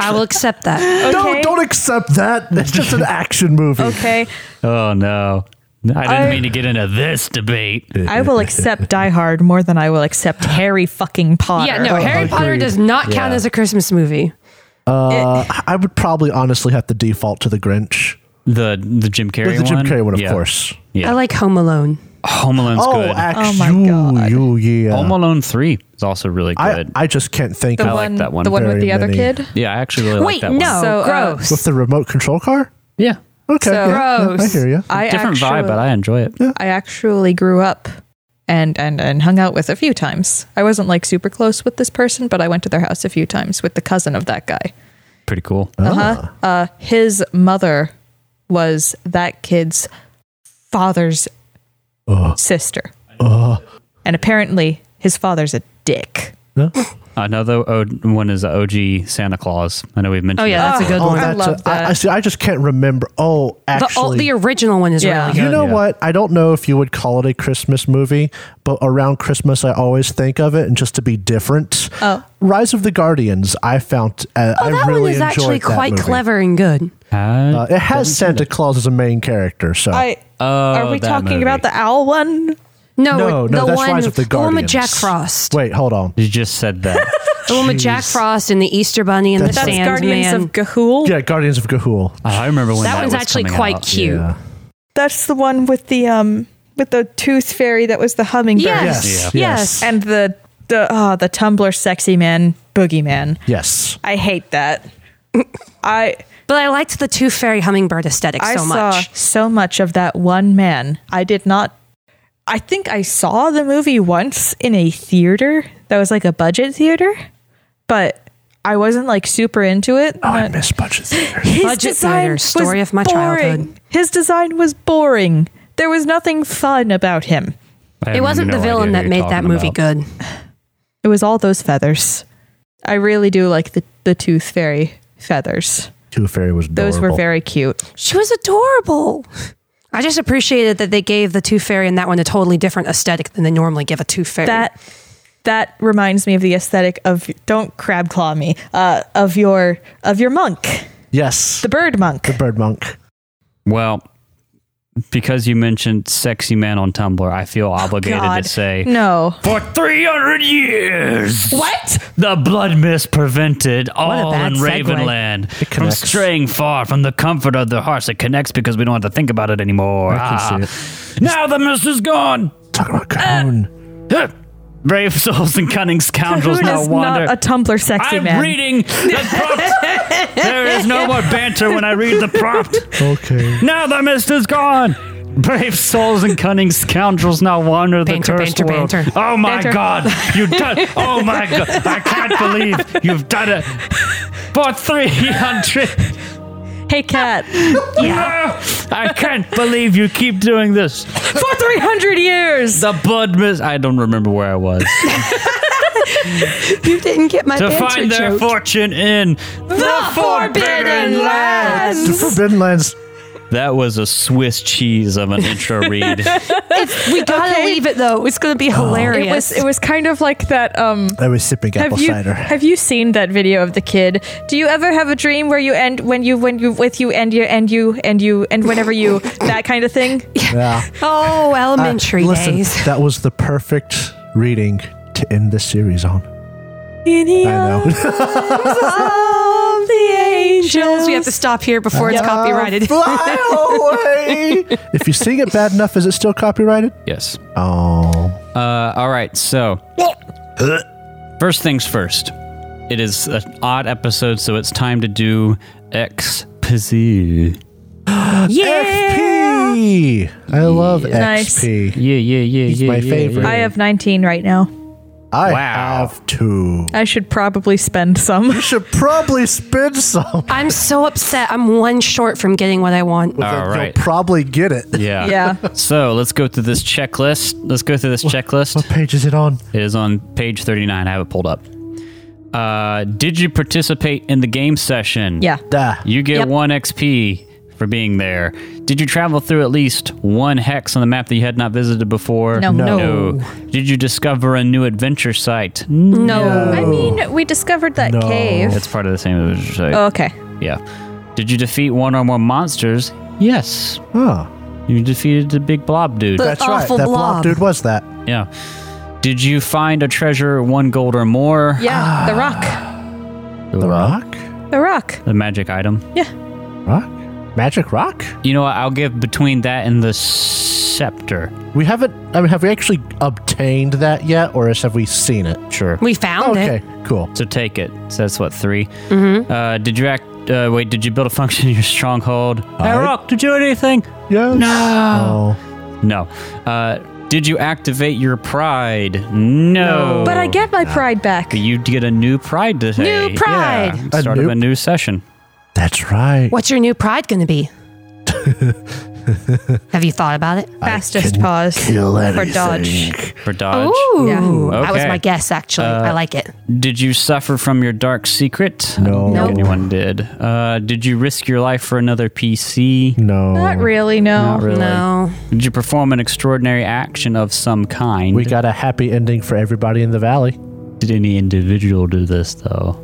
Speaker 4: I will accept that.
Speaker 3: No, don't accept that. It's just an action movie.
Speaker 5: Okay,
Speaker 2: Oh no. I didn't
Speaker 5: I-
Speaker 2: mean to get into this debate.
Speaker 5: I will accept Die Hard more than I will accept Harry fucking Potter.
Speaker 4: Yeah, no, Harry Potter
Speaker 3: agreed.
Speaker 4: does not count as a Christmas movie.
Speaker 3: Uh, I would probably honestly have to default to the Grinch.
Speaker 2: The the Jim Carrey
Speaker 3: The Jim
Speaker 2: one?
Speaker 3: Carrey one, of
Speaker 2: Yeah.
Speaker 3: course.
Speaker 2: Yeah.
Speaker 4: I like Home Alone.
Speaker 2: Home Alone's
Speaker 3: Oh,
Speaker 2: good.
Speaker 3: actually,
Speaker 5: my God.
Speaker 3: you, yeah.
Speaker 2: Home Alone 3 is also really
Speaker 3: I,
Speaker 2: good.
Speaker 3: I just can't think
Speaker 5: the
Speaker 2: I
Speaker 5: one,
Speaker 3: of
Speaker 2: like that one
Speaker 5: the one with
Speaker 3: very
Speaker 5: the other
Speaker 3: many.
Speaker 5: kid.
Speaker 2: yeah, I actually really
Speaker 4: Wait,
Speaker 2: like that
Speaker 4: no,
Speaker 2: one.
Speaker 5: So, uh,
Speaker 4: gross.
Speaker 3: with the remote control car.
Speaker 2: Yeah.
Speaker 3: Okay,
Speaker 5: So-
Speaker 3: yeah, yeah, I
Speaker 4: Gross.
Speaker 3: hear you.
Speaker 5: I
Speaker 2: Different
Speaker 5: actually,
Speaker 2: vibe, but I enjoy it.
Speaker 5: I actually grew up and, and and hung out with a few times. I wasn't like super close with this person, but I went to their house a few times with the cousin of that guy.
Speaker 2: Pretty cool.
Speaker 5: Uh-huh. Uh his mother was that kid's father's sister. And apparently his father's a dick.
Speaker 2: Another o- one is OG Santa Claus. I know we've mentioned.
Speaker 4: Oh, yeah,
Speaker 2: that
Speaker 4: that's a
Speaker 2: before.
Speaker 4: good
Speaker 3: Oh,
Speaker 4: one.
Speaker 5: I
Speaker 3: that's
Speaker 5: love
Speaker 3: a- I- I
Speaker 5: that.
Speaker 3: see. I just can't remember. Oh,
Speaker 4: The, oh,
Speaker 3: actually,
Speaker 4: the original one is
Speaker 5: Yeah.
Speaker 4: really
Speaker 3: You
Speaker 4: good.
Speaker 3: know
Speaker 2: Yeah.
Speaker 3: what? I don't know if you would call it a Christmas movie, but around Christmas, I always think of it, and just to be different,
Speaker 5: Oh.
Speaker 3: Rise of the Guardians. I found uh,
Speaker 4: Oh,
Speaker 3: I
Speaker 4: that
Speaker 3: really
Speaker 4: one is
Speaker 3: enjoyed
Speaker 4: actually
Speaker 3: that
Speaker 4: quite
Speaker 3: movie.
Speaker 4: clever and good.
Speaker 2: Uh,
Speaker 3: Uh, it has Santa Claus as a main character, so
Speaker 5: I
Speaker 2: Oh,
Speaker 5: are we
Speaker 2: that
Speaker 5: talking
Speaker 2: movie.
Speaker 5: about the owl one?
Speaker 4: No,
Speaker 3: No, no,
Speaker 4: the
Speaker 3: that's
Speaker 4: one,
Speaker 3: Rise of the
Speaker 4: one with Jack
Speaker 3: Guardians.
Speaker 4: Frost.
Speaker 3: Wait, hold on.
Speaker 2: You just said that.
Speaker 4: The one with Jack
Speaker 3: Jeez.
Speaker 4: Frost and the Easter Bunny and the
Speaker 5: That's
Speaker 4: Sandman.
Speaker 5: Guardians of Gahul.
Speaker 3: Yeah, Guardians of Gahul.
Speaker 2: I remember when
Speaker 4: that,
Speaker 2: that,
Speaker 4: one's
Speaker 2: was
Speaker 4: actually
Speaker 2: coming
Speaker 4: quite
Speaker 2: out.
Speaker 4: cute.
Speaker 3: Yeah.
Speaker 6: That's the one with the um with the tooth fairy that was the hummingbird.
Speaker 3: Yes.
Speaker 4: Yes. Yes.
Speaker 3: Yeah. Yes.
Speaker 5: And the the oh, the Tumblr sexy man boogeyman.
Speaker 3: Yes.
Speaker 5: I hate that. I
Speaker 4: But I liked the two fairy hummingbird aesthetic
Speaker 5: I
Speaker 4: so
Speaker 5: saw
Speaker 4: much.
Speaker 5: so much of that one man. I did not. I think I saw the movie once in a theater that was like a budget theater, but I wasn't like super into it.
Speaker 3: Oh, I
Speaker 5: But
Speaker 3: miss budget theaters.
Speaker 5: his
Speaker 4: Budget theater, story of my
Speaker 5: boring.
Speaker 4: childhood.
Speaker 5: His design was boring. There was nothing fun about him.
Speaker 2: I have
Speaker 4: It wasn't
Speaker 2: no
Speaker 4: the villain
Speaker 2: idea
Speaker 4: that
Speaker 2: who
Speaker 4: made
Speaker 2: you're
Speaker 4: that
Speaker 2: talking
Speaker 4: movie
Speaker 2: about.
Speaker 4: good.
Speaker 5: It was all those feathers. I really do like the, the tooth fairy feathers.
Speaker 3: Tooth Fairy was
Speaker 5: Those were
Speaker 3: adorable.
Speaker 5: very cute.
Speaker 4: She was adorable. I just appreciated that they gave the two fairy and that one a totally different aesthetic than they normally give a two fairy.
Speaker 5: That that reminds me of the aesthetic of don't crab claw me uh, of your of your monk,
Speaker 3: yes.
Speaker 5: the bird monk.
Speaker 3: The Bird Monk.
Speaker 2: Well, because you mentioned sexy man on Tumblr, I feel
Speaker 4: Oh,
Speaker 2: obligated
Speaker 5: God.
Speaker 2: to say
Speaker 5: No,
Speaker 2: for 300 years.
Speaker 5: What?
Speaker 2: The blood mist prevented
Speaker 4: a
Speaker 2: all
Speaker 4: bad
Speaker 2: in
Speaker 4: segue.
Speaker 2: Ravenland from
Speaker 3: connects.
Speaker 2: straying far from the comfort of their hearts. It connects because we don't have to think about it anymore.
Speaker 3: I can
Speaker 2: Ah.
Speaker 3: see
Speaker 2: Now the mist is gone.
Speaker 3: it. Talking
Speaker 4: Uh,
Speaker 3: about Cahoon.
Speaker 2: Brave souls and cunning scoundrels
Speaker 5: Cahoon
Speaker 2: now
Speaker 5: is
Speaker 2: wander.
Speaker 5: not a Tumblr sexy
Speaker 2: I'm
Speaker 5: man.
Speaker 2: reading the prompt. there is no more banter when I read the prompt.
Speaker 3: okay.
Speaker 2: Now the mist is gone. Brave souls and cunning scoundrels now wander the
Speaker 4: Banter,
Speaker 2: cursed
Speaker 4: banter,
Speaker 2: world.
Speaker 4: banter.
Speaker 2: Oh my
Speaker 5: Banter.
Speaker 2: God! You've done. Oh my God! I can't believe you've done it for three hundred.
Speaker 5: hey cat,
Speaker 2: Yeah. I can't believe you keep doing this.
Speaker 5: for three hundred years.
Speaker 2: The blood mist. I don't remember where I was.
Speaker 4: you didn't get my
Speaker 2: to
Speaker 4: banter
Speaker 2: find their
Speaker 4: joke.
Speaker 2: fortune in the,
Speaker 5: Forbidden
Speaker 3: The Forbidden Lands.
Speaker 2: That was a Swiss cheese of an intro read.
Speaker 4: we gotta leave it though. It's gonna be hilarious.
Speaker 5: Oh. It was it was kind of like that. Um,
Speaker 3: I was sipping apple
Speaker 5: have you
Speaker 3: cider.
Speaker 5: have you seen that video of the kid? Do you ever have a dream where you end when you when you with you and you and you and you and whenever you that kind of thing?
Speaker 3: yeah.
Speaker 4: oh, elementary
Speaker 3: Listen,
Speaker 4: days.
Speaker 3: that was the perfect reading to end this series on. I know.
Speaker 5: of the angels.
Speaker 4: We have to stop here before it's copyrighted.
Speaker 3: Fly Uh, away. if you sing it bad enough, is it still copyrighted?
Speaker 2: yes.
Speaker 3: Oh.
Speaker 2: Uh, all right, so first things first. It is an odd episode, so it's time to do XPZ.
Speaker 3: FP. I love XP.
Speaker 2: Yeah, yeah, yeah,
Speaker 3: He's
Speaker 2: yeah.
Speaker 3: my
Speaker 2: yeah,
Speaker 3: favorite.
Speaker 2: yeah.
Speaker 5: I have 19 right now.
Speaker 3: I
Speaker 2: Wow.
Speaker 3: have two.
Speaker 5: I should probably spend some.
Speaker 3: Should probably spin some.
Speaker 4: I'm so upset. I'm one short from getting what I want.
Speaker 2: All right.
Speaker 3: You'll probably get it.
Speaker 2: Yeah.
Speaker 5: Yeah.
Speaker 2: So let's go through this checklist. Let's go through this
Speaker 3: What
Speaker 2: checklist.
Speaker 3: page is it on?
Speaker 2: It is on page 39. I have it pulled up. Uh, did you participate in the game session?
Speaker 5: Yeah.
Speaker 3: Duh.
Speaker 2: You get
Speaker 5: Yep.
Speaker 2: one XP for being there. Did you travel through at least one hex on the map that you had not visited before?
Speaker 5: No.
Speaker 3: No.
Speaker 2: Did you discover a new adventure site? No.
Speaker 4: No.
Speaker 5: I mean, we discovered that
Speaker 3: No.
Speaker 5: cave.
Speaker 2: That's part of the same adventure site.
Speaker 5: Oh, okay.
Speaker 2: Yeah. Did you defeat one or more monsters? Yes.
Speaker 3: Oh,
Speaker 2: You defeated the big blob dude.
Speaker 4: The
Speaker 3: that's right.
Speaker 4: awful
Speaker 3: That
Speaker 4: blob.
Speaker 3: blob dude was that.
Speaker 2: yeah. Did you find a treasure one gold or more?
Speaker 5: Yeah.
Speaker 3: Ah.
Speaker 5: The rock.
Speaker 3: The rock?
Speaker 5: The rock.
Speaker 2: The magic item.
Speaker 5: Yeah.
Speaker 3: Rock? Magic rock?
Speaker 2: You know what? I'll give between that and the scepter.
Speaker 3: We haven't. I mean, have we actually obtained that yet, or is- have we seen it? Sure.
Speaker 4: We found
Speaker 3: Okay.
Speaker 4: it.
Speaker 3: Cool.
Speaker 2: So take it. So that's what 3 Mm-hmm. Uh, did you act? Uh, wait, did you build a function in your stronghold? Hey, Rock, did you do anything?
Speaker 3: Yes. Oh, No.
Speaker 2: No. Uh, did you activate your pride? No.
Speaker 5: But
Speaker 3: Oh,
Speaker 5: I get my pride back.
Speaker 2: You get a new pride today.
Speaker 4: New pride.
Speaker 2: Yeah.
Speaker 3: A
Speaker 2: Start of
Speaker 3: new-
Speaker 2: a new session.
Speaker 3: That's right.
Speaker 4: What's your new pride gonna be? Have you thought about it?
Speaker 5: Fastest pause
Speaker 3: Kill
Speaker 5: for dodge.
Speaker 3: anything.
Speaker 2: For Dodge.
Speaker 4: Ooh,
Speaker 5: Yeah. Uh,
Speaker 4: that was
Speaker 2: Okay.
Speaker 4: my guess. Actually, I like it.
Speaker 2: Did you suffer from your dark secret? I
Speaker 3: No.
Speaker 2: don't think
Speaker 4: Nope.
Speaker 2: anyone did. Uh, did you risk your life for another PC?
Speaker 3: No.
Speaker 5: Not really, no.
Speaker 2: Not really.
Speaker 4: No,
Speaker 2: Did you perform an extraordinary action of some kind?
Speaker 3: We got a happy ending for everybody in the valley.
Speaker 2: did any individual do this though?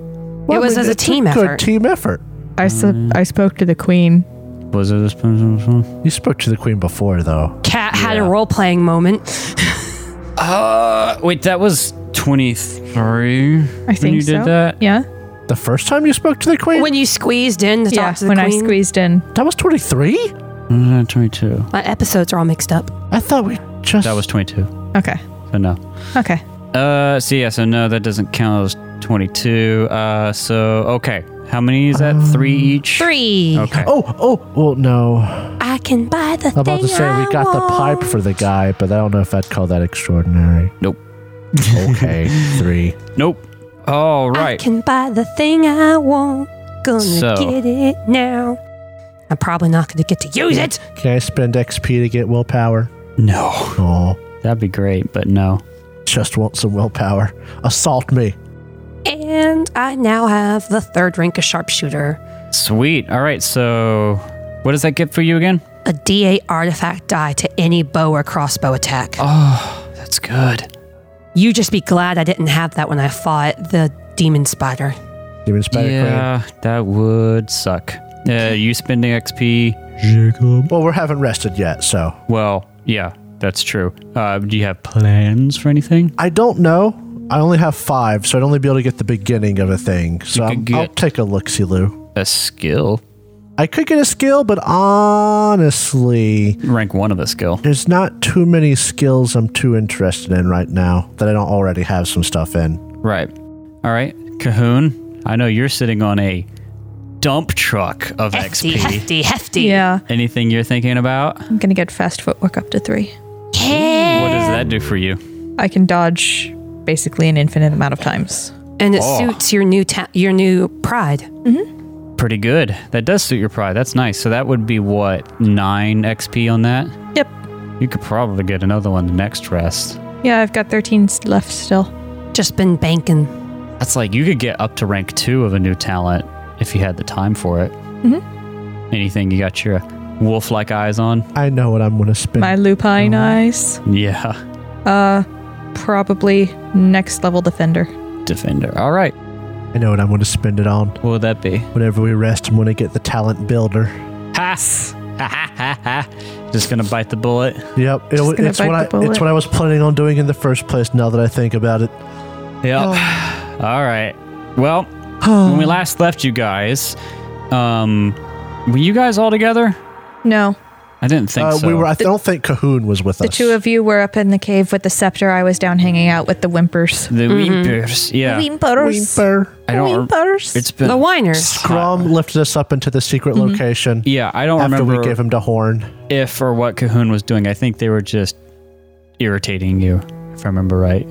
Speaker 3: Well,
Speaker 4: was
Speaker 3: I mean,
Speaker 4: as a
Speaker 3: it's
Speaker 4: team
Speaker 3: good
Speaker 4: effort.
Speaker 3: team effort.
Speaker 5: I, su- I spoke to the queen.
Speaker 2: Was it this person?
Speaker 3: You spoke to the queen before, though.
Speaker 4: Cat had a role playing moment.
Speaker 2: Uh, wait, that was 23
Speaker 5: I think
Speaker 2: when you
Speaker 5: so.
Speaker 2: did that?
Speaker 5: Yeah.
Speaker 3: The first time you spoke to the queen,
Speaker 4: When you squeezed in to
Speaker 5: yeah.
Speaker 4: talk to the
Speaker 5: when
Speaker 4: queen,
Speaker 5: I squeezed in.
Speaker 3: that was twenty three.
Speaker 2: Uh, 22.
Speaker 4: my episodes are all mixed up.
Speaker 3: I thought we just
Speaker 2: That was 22.
Speaker 5: Okay.
Speaker 2: So no.
Speaker 5: Okay.
Speaker 2: Uh, so yeah, so no, that doesn't count as 22. Uh, so, okay. How many is that? Three each?
Speaker 4: Three.
Speaker 2: Okay.
Speaker 3: Oh, oh, well, no.
Speaker 4: I can buy the
Speaker 3: I'm about to say we got the pipe for the guy, but I don't know if I'd call that extraordinary.
Speaker 2: Nope.
Speaker 3: Okay, three.
Speaker 2: Nope. All
Speaker 4: I
Speaker 2: right.
Speaker 4: can buy the thing I want. Gonna
Speaker 2: So-
Speaker 4: get it now. I'm probably not gonna get to use it.
Speaker 3: Can I spend XP to get willpower?
Speaker 2: No.
Speaker 3: Oh,
Speaker 2: That'd be great, but no.
Speaker 3: just want some willpower. Assault me.
Speaker 4: And I now have the third rank of sharpshooter,
Speaker 2: Sweet. All right. So, what does that get for you again?
Speaker 4: a D8 artifact die to any bow or crossbow attack.
Speaker 2: Oh. That's good.
Speaker 4: You just be glad I didn't have that when I fought the demon spider.
Speaker 3: Demon Spider Queen.
Speaker 2: Yeah, that would suck. Uh, you spending XP?
Speaker 3: Well, we haven't rested yet, so
Speaker 2: Well, yeah, that's true. Uh, do you have plans for anything?
Speaker 3: I don't know. I only have five, so I'd only be able to get the beginning of a thing. So
Speaker 2: could
Speaker 3: I'm,
Speaker 2: get-
Speaker 3: I'll take a look, see, Lou.
Speaker 2: A skill?
Speaker 3: I could get a skill, but honestly,
Speaker 2: Rank one of a skill.
Speaker 3: there's not too many skills I'm too interested in right now that I don't already have some stuff in.
Speaker 2: Right. All right. Cahoon, I know you're sitting on a dump truck of XP.
Speaker 4: Hefty, hefty, hefty.
Speaker 5: Yeah.
Speaker 2: Anything you're thinking about? What
Speaker 5: I'm gonna get fast footwork up to three.
Speaker 2: does that do for you?
Speaker 5: I can dodge basically an infinite amount of times.
Speaker 4: And
Speaker 2: Oh.
Speaker 4: it suits your new ta- your new pride.
Speaker 2: Pretty good. That does suit your pride. That's nice. So that would be what, 9 XP on that?
Speaker 5: Yep.
Speaker 2: You could probably get another one the next rest.
Speaker 5: Yeah, I've got 13 s- left still.
Speaker 4: Just been banking.
Speaker 2: That's like you could get up to rank two of a new talent if you had the time for it. Mm-hmm. Anything you got your wolf like eyes on?
Speaker 3: I know what I'm going to spend.
Speaker 5: My lupine eyes.
Speaker 2: Yeah.
Speaker 5: Uh, probably next level defender.
Speaker 2: Defender. All right.
Speaker 3: I know what I'm going to spend it on.
Speaker 2: What would that be?
Speaker 3: Whenever we rest, I'm going to get the talent builder.
Speaker 2: Ha! Ha ha ha ha. Just gonna bite the bullet.
Speaker 3: Yep, it,
Speaker 5: Just
Speaker 3: wa-
Speaker 5: gonna
Speaker 3: it's
Speaker 5: bite
Speaker 3: what I
Speaker 5: the bullet.
Speaker 3: it's what I was planning on doing in the first place. Now that I think about it,
Speaker 2: Yep.
Speaker 3: Oh.
Speaker 2: All right. Well, when we last left you guys, um, were you guys all together?
Speaker 5: No,
Speaker 2: I didn't think
Speaker 3: uh,
Speaker 2: so.
Speaker 3: we were. I don't think Cahoon was with
Speaker 5: the
Speaker 3: us.
Speaker 5: two of you were up in the cave with the scepter. I was down hanging out with the whimpers.
Speaker 2: the Weepers. Yeah.
Speaker 5: Whimpers.
Speaker 3: Weeper.
Speaker 2: I don't.
Speaker 5: Whimpers.
Speaker 2: It's been
Speaker 4: The whiners.
Speaker 3: Scrum lifted us up into the secret
Speaker 4: Mm-hmm.
Speaker 3: location
Speaker 2: Yeah, I don't
Speaker 3: after
Speaker 2: remember.
Speaker 3: we gave him to Horn.
Speaker 2: if or what Cahoon was doing. I think they were just irritating you, if I remember right.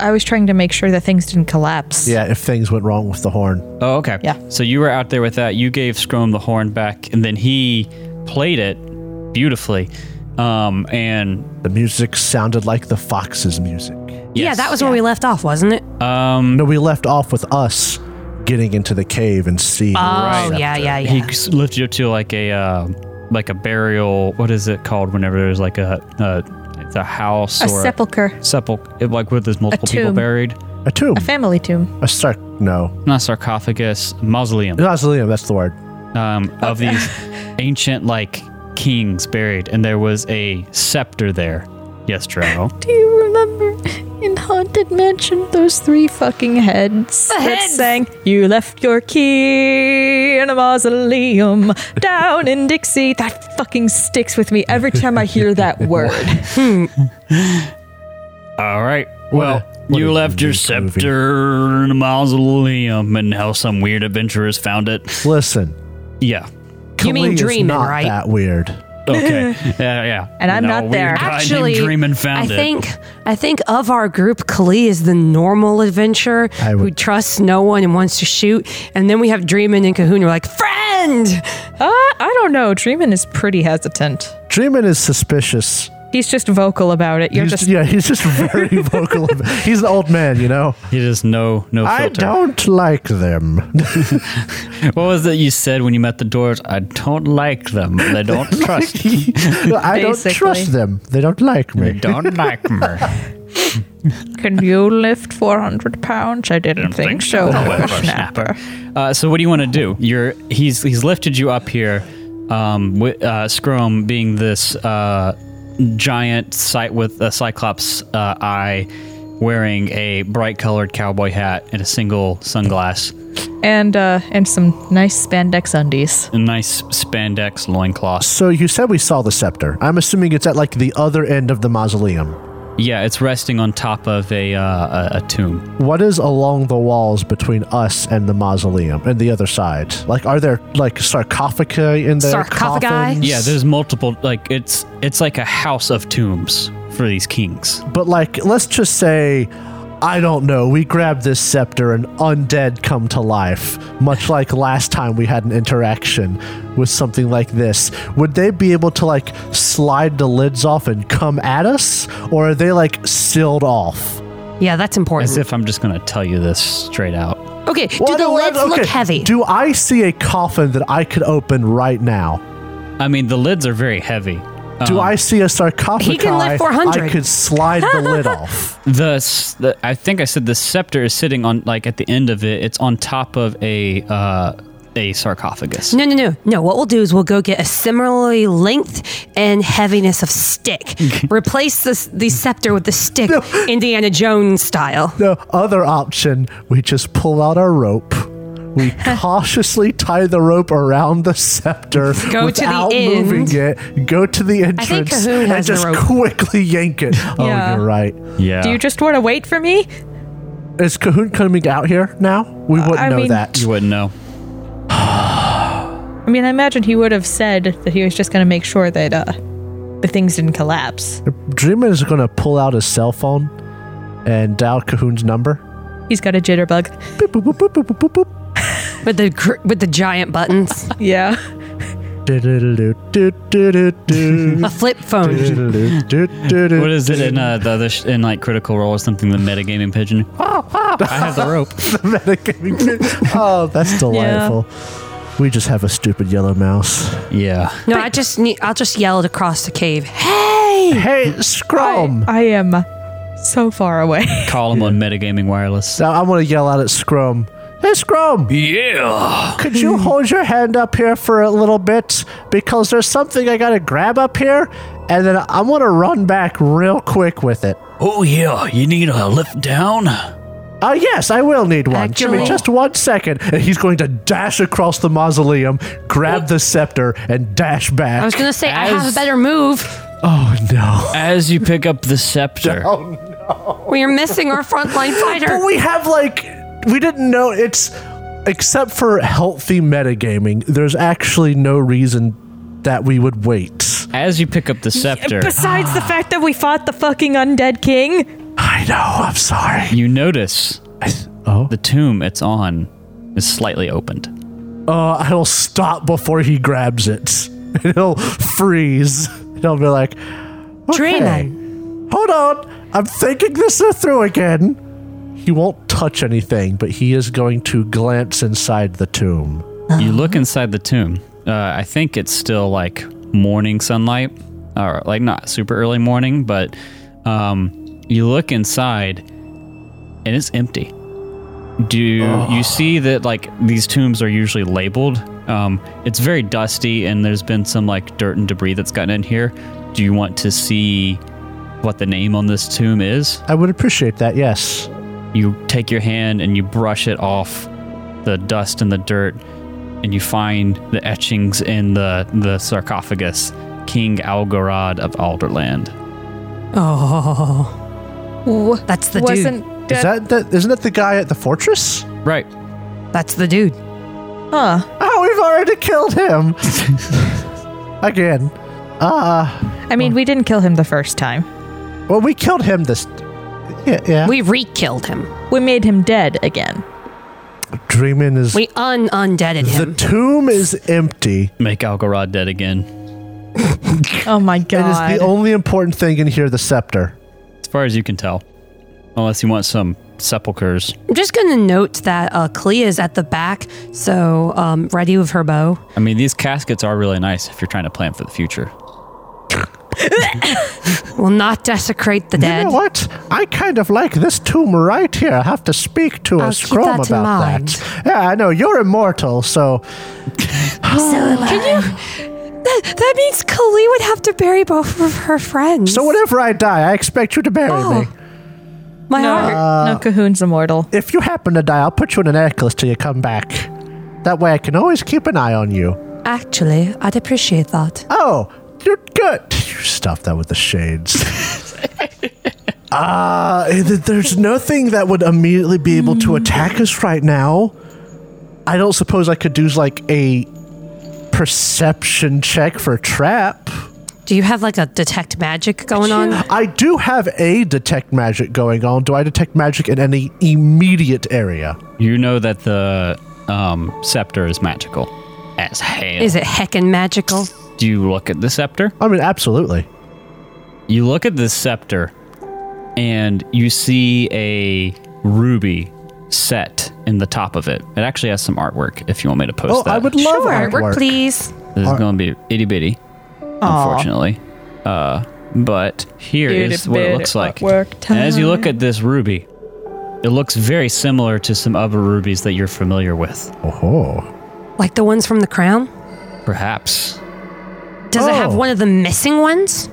Speaker 5: I was trying to make sure that things didn't collapse.
Speaker 3: Yeah, if things went wrong with the Horn,
Speaker 2: Oh, okay.
Speaker 5: Yeah.
Speaker 2: So you were out there with that. You gave Scrum the horn back, and then he played it beautifully. Um, and
Speaker 3: the music sounded like the fox's music.
Speaker 4: Yeah,
Speaker 2: yes.
Speaker 4: that was where we left off, wasn't it?
Speaker 2: Um,
Speaker 3: No, we left off with us getting into the cave and seeing.
Speaker 4: Oh, yeah, yeah, yeah.
Speaker 2: he s- lifted you up to like a uh, like a burial. What is it called? Whenever there's like a a, it's a house
Speaker 5: A
Speaker 2: or
Speaker 5: sepulcher.
Speaker 2: sepulcher, like where there's multiple people
Speaker 5: tomb.
Speaker 2: buried.
Speaker 3: a tomb,
Speaker 5: A family tomb.
Speaker 3: a sarc. No,
Speaker 2: Not sarcophagus, mausoleum.
Speaker 3: mausoleum. That's the word.
Speaker 2: um, of these ancient like kings buried, and there was a scepter there. Yes, Drow.
Speaker 5: Do you remember in Haunted Mansion those three fucking heads that
Speaker 4: heads!
Speaker 5: sang, You left your key in a mausoleum down in Dixie? That fucking sticks with me every time I hear that word.
Speaker 2: All right.
Speaker 3: a-
Speaker 2: Well,
Speaker 3: what a
Speaker 2: you left your
Speaker 3: unique movie.
Speaker 2: scepter in a mausoleum, and now some weird adventurers found it.
Speaker 3: Listen,
Speaker 2: Yeah.
Speaker 4: You mean
Speaker 3: Klee is
Speaker 4: dreaming,
Speaker 3: not
Speaker 4: right?
Speaker 3: That weird.
Speaker 2: Okay. yeah, yeah.
Speaker 5: And I'm
Speaker 2: No,
Speaker 5: not
Speaker 2: weird
Speaker 5: there.
Speaker 2: guy named
Speaker 4: Actually,
Speaker 2: Dreamin' found
Speaker 4: I
Speaker 2: it.
Speaker 4: think I think of our group, Klee is the normal adventurer
Speaker 3: I
Speaker 4: who
Speaker 3: would-
Speaker 4: trusts no one and wants to shoot, and then we have Dreamin' and Cahoon. who are like friend.
Speaker 5: Uh, I don't know. Dreamin is pretty hesitant.
Speaker 3: Dreamin is suspicious.
Speaker 5: He's just vocal about it. You're
Speaker 3: He's-
Speaker 5: just
Speaker 3: yeah, he's just very vocal. about- he's an old man, you know.
Speaker 2: He just no no
Speaker 3: I
Speaker 2: filter.
Speaker 3: don't like them.
Speaker 2: What was it you said when you met the doors? I don't like them. They don't trust. me.
Speaker 3: I don't
Speaker 5: Basically.
Speaker 3: trust them. They don't like
Speaker 2: They
Speaker 3: me.
Speaker 2: don't like me.
Speaker 5: Can you lift 400 pounds? I didn't think, so.
Speaker 2: Oh, Whippersnapper. Uh, so what do you want to do? You're he's he's lifted you up here. Um, wi- uh, Scrum being this uh, giant sight with a cyclops uh, eye, wearing a bright colored cowboy hat and a single sunglass,
Speaker 5: and uh, and some nice spandex undies.
Speaker 2: a nice spandex loincloth.
Speaker 3: So you said we saw the scepter. I'm assuming it's at like the other end of the mausoleum.
Speaker 2: Yeah, it's resting on top of a uh, a, a tomb.
Speaker 3: What is along the walls between us and the mausoleum and the other side? Like, are there like sarcophagi in there?
Speaker 4: Sarcophagi?
Speaker 3: coffins?
Speaker 2: Yeah, there's multiple. Like it's it's like a house of tombs for these kings.
Speaker 3: But like, let's just say, I don't know. We grab this scepter and undead come to life, much like last time we had an interaction with something like this. Would they be able to like slide the lids off and come at us, or are they like sealed off?
Speaker 4: Yeah, that's important.
Speaker 2: As if I'm just gonna tell you this straight out.
Speaker 4: okay,
Speaker 3: Well, I
Speaker 4: do the
Speaker 3: don't- I-
Speaker 4: lids look
Speaker 3: okay,
Speaker 4: heavy?
Speaker 3: Do I see a coffin that I could open right now?
Speaker 2: I mean, the lids are very heavy.
Speaker 3: Do I see a sarcophagus?
Speaker 4: He can lift 400.
Speaker 3: I could slide the lid off.
Speaker 2: The, s- the I think I said the scepter is sitting on like at the end of it. It's on top of a uh, a sarcophagus.
Speaker 4: no, no, no, no. What we'll do is we'll go get a similarly length and heaviness of stick. Replace this the scepter with the stick, Indiana Jones style.
Speaker 3: The other option, we just pull out our rope. We cautiously tie the rope around the scepter
Speaker 4: Go to the
Speaker 3: without
Speaker 4: end.
Speaker 3: moving it. Go to the
Speaker 4: think
Speaker 3: entrance
Speaker 4: Cahoon
Speaker 3: and
Speaker 4: has the
Speaker 3: just
Speaker 4: rope.
Speaker 3: quickly yank it.
Speaker 5: Yeah.
Speaker 3: Oh, you're right.
Speaker 2: Yeah.
Speaker 5: Do you just want to wait for me?
Speaker 3: Is Cahoon coming out here now? We
Speaker 4: Uh,
Speaker 3: wouldn't
Speaker 6: I
Speaker 3: know
Speaker 6: mean-
Speaker 3: that.
Speaker 2: you wouldn't know.
Speaker 5: I mean, I imagine he would have said that he was just going to make sure that uh, the things didn't collapse.
Speaker 3: Dreamer is going to pull out his cell phone and dial Cahoon's number.
Speaker 5: He's got a jitterbug.
Speaker 3: Boop, boop, boop, boop, boop, boop, boop.
Speaker 4: With the gr- with the giant buttons,
Speaker 5: Yeah.
Speaker 3: Do-do-do-do-do-do-do.
Speaker 4: a flip phone.
Speaker 3: Do-do-do-do-do-do.
Speaker 2: What is it in uh, the other sh- in like Critical Role or something? The metagaming pigeon. I have the rope.
Speaker 3: Medicating pig. oh, that's delightful. We just have a stupid yellow mouse.
Speaker 2: Yeah.
Speaker 4: No, I just need. I'll just yell it across the cave.
Speaker 3: Hey, Scrum!
Speaker 5: I am so far away.
Speaker 2: Call him on metagaming wireless.
Speaker 3: Now I want to yell out at Scrum. Hey, Scrum!
Speaker 1: Yeah!
Speaker 3: Could you hold your hand up here for a little bit? Because there's something I gotta grab up here, and then I want to run back real quick with it.
Speaker 2: Oh yeah, you need a lift down.
Speaker 3: Uh, yes, I will need one. Jimmy,
Speaker 4: Actually-
Speaker 3: just one second. And he's going to dash across the mausoleum, grab the scepter, and dash back.
Speaker 4: I was gonna say I
Speaker 2: As-
Speaker 4: have a better move.
Speaker 3: oh, no.
Speaker 2: As you pick up the scepter,
Speaker 4: We are missing our frontline fighter.
Speaker 3: But we have like we didn't know it's except for healthy metagaming, there's actually no reason that we would wait.
Speaker 2: as you pick up the scepter,
Speaker 6: Besides the fact that we fought the fucking undead king,
Speaker 3: I know, I'm sorry.
Speaker 2: you notice
Speaker 3: Oh.
Speaker 2: the tomb it's on is slightly opened.
Speaker 3: Uh, I'll stop before he grabs it. It'll freeze. It'll be like okay,
Speaker 4: Draymond.
Speaker 3: Hold on. I'm thinking this through again. He won't touch anything, but he is going to glance inside the tomb.
Speaker 2: You look inside the tomb. Uh, I think it's still like morning sunlight, or like not super early morning, but um, you look inside and it's empty. Do you see that like these tombs are usually labeled? Um, it's very dusty and there's been some like dirt and debris that's gotten in here. Do you want to see what the name on this tomb is?
Speaker 3: I would appreciate that, yes.
Speaker 2: you take your hand and you brush it off the dust and the dirt and you find the etchings in the, the sarcophagus king algorod of alderland
Speaker 4: Oh,
Speaker 5: W-
Speaker 4: that's the
Speaker 5: wasn't
Speaker 3: Is that, that isn't that the guy at the fortress?
Speaker 2: right
Speaker 4: dude. That's the dude.
Speaker 5: huh?
Speaker 3: Oh, we've already killed him. Again. Uh,
Speaker 5: I mean, we didn't kill him the first time.
Speaker 3: well, we killed him this. Yeah, yeah.
Speaker 4: We re-killed him.
Speaker 5: We made him dead again.
Speaker 3: Dreaming is.
Speaker 4: We un undeaded
Speaker 3: the
Speaker 4: him.
Speaker 3: tomb is empty.
Speaker 2: make algorod dead again
Speaker 5: Oh my
Speaker 3: It
Speaker 5: god.
Speaker 3: is the only important thing in here the scepter.
Speaker 2: as far as you can tell unless you want some sepulchers
Speaker 4: I'm just gonna note that uh, Clea is at the back, so um, ready with her bow.
Speaker 2: i mean these caskets are really nice if you're trying to plan for the future
Speaker 4: Will not desecrate the
Speaker 3: You
Speaker 4: dead.
Speaker 3: know what? I kind of like this tomb right here. I have to speak to
Speaker 4: I'll
Speaker 3: a
Speaker 4: Oh, keep
Speaker 3: scrum
Speaker 4: that in
Speaker 3: about
Speaker 4: mind.
Speaker 3: that. Yeah, I know. You're immortal, so.
Speaker 4: Can you? That, that means Kali would have to bury both of her friends.
Speaker 3: So whenever I die, I expect you to bury me.
Speaker 4: Oh. My
Speaker 5: No,
Speaker 4: heart.
Speaker 2: Uh,
Speaker 5: no, Cahoon's immortal.
Speaker 3: If you happen to die, I'll put you in a necklace till you come back. That way I can always keep an eye on you.
Speaker 4: Actually, I'd appreciate that.
Speaker 3: Oh, you're good. You stuffed that with the shades. Ah, th- there's nothing that would immediately be able to attack us right now. I don't suppose I could do like a perception check for trap.
Speaker 4: Do you have like a detect magic going on?
Speaker 3: I do have a detect magic going on. Do I detect magic in any immediate area?
Speaker 2: You know that the um, scepter is magical as hell.
Speaker 4: Is it heckin' magical?
Speaker 2: Do you look at the scepter?
Speaker 3: I mean, absolutely.
Speaker 2: You look at the scepter and you see a ruby set in the top of it. It actually has some artwork if you want me to post
Speaker 3: Oh,
Speaker 2: that.
Speaker 3: I would love artwork.
Speaker 4: Artwork, please.
Speaker 2: This is going to be itty bitty, unfortunately. Uh, but here is what it
Speaker 5: Itty-bitty
Speaker 2: looks like.
Speaker 5: artwork
Speaker 2: And as you look at this ruby, it looks very similar to some other rubies that you're familiar with.
Speaker 3: Oh,
Speaker 4: Like the ones from the crown?
Speaker 2: Perhaps.
Speaker 4: Does it have
Speaker 3: Oh.
Speaker 4: one of the missing ones?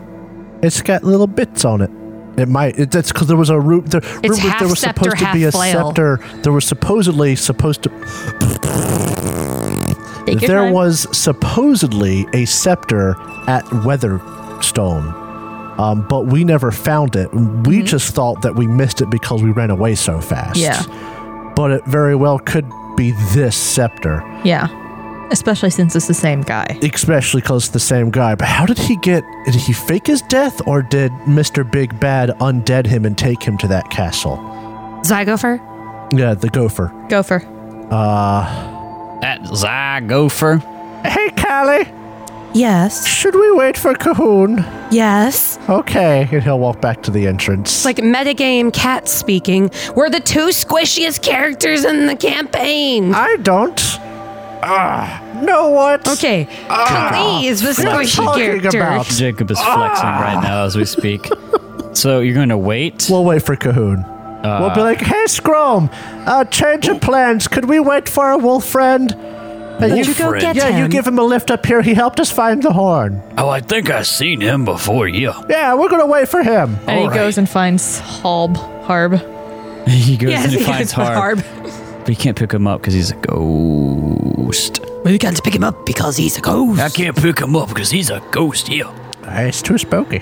Speaker 3: it's got little bits on it. It might. It, that's because there was a root. There,
Speaker 4: It's
Speaker 3: remember,
Speaker 4: half
Speaker 3: there was
Speaker 4: scepter,
Speaker 3: supposed to be a
Speaker 4: half flail.
Speaker 3: scepter. There was supposedly supposed to.
Speaker 5: Take your
Speaker 3: there
Speaker 5: time.
Speaker 3: was supposedly a scepter at Weatherstone, um, but we never found it. We just thought that we missed it because we ran away so fast.
Speaker 5: Yeah.
Speaker 3: But it very well could be this scepter,
Speaker 5: Yeah. Especially since it's the same guy.
Speaker 3: especially because it's the same guy. But how did he get? Did he fake his death, or did Mister Big Bad undead him and take him to that castle?
Speaker 4: Zygopher?
Speaker 3: Yeah, the gopher.
Speaker 5: Gopher.
Speaker 2: That Zygopher.
Speaker 3: Hey, Callie,
Speaker 4: Yes.
Speaker 3: should we wait for Cahoon?
Speaker 4: Yes.
Speaker 3: Okay, and he'll walk back to the entrance.
Speaker 4: It's like metagame cat speaking. We're the two squishiest characters in the campaign.
Speaker 3: I don't. Ah, know what?
Speaker 4: Okay, Kali is the
Speaker 3: What are you
Speaker 4: squishy
Speaker 3: talking
Speaker 4: character.
Speaker 3: about?
Speaker 2: Jacob is flexing right now as we speak. So you're going to wait?
Speaker 3: Ah. We'll wait for Cahoon. we'll be like, hey, Scrum, uh, change of plans. Could we wait for our wolf friend? And
Speaker 4: Did you go get
Speaker 3: yeah, you
Speaker 4: him?
Speaker 3: give him a lift up here. He helped us find the horn.
Speaker 2: oh, I think I've seen him before, yeah.
Speaker 3: Yeah, we're going to wait for him.
Speaker 5: And he
Speaker 2: Alright.
Speaker 5: goes and finds Halb. Harb.
Speaker 2: He goes
Speaker 4: Yes,
Speaker 2: and he
Speaker 4: yes,
Speaker 2: finds Harb. But you can't pick him up because he's a ghost.
Speaker 4: We can't pick him up because he's a ghost.
Speaker 2: can't pick him up because he's a ghost, yeah.
Speaker 3: It's too spooky.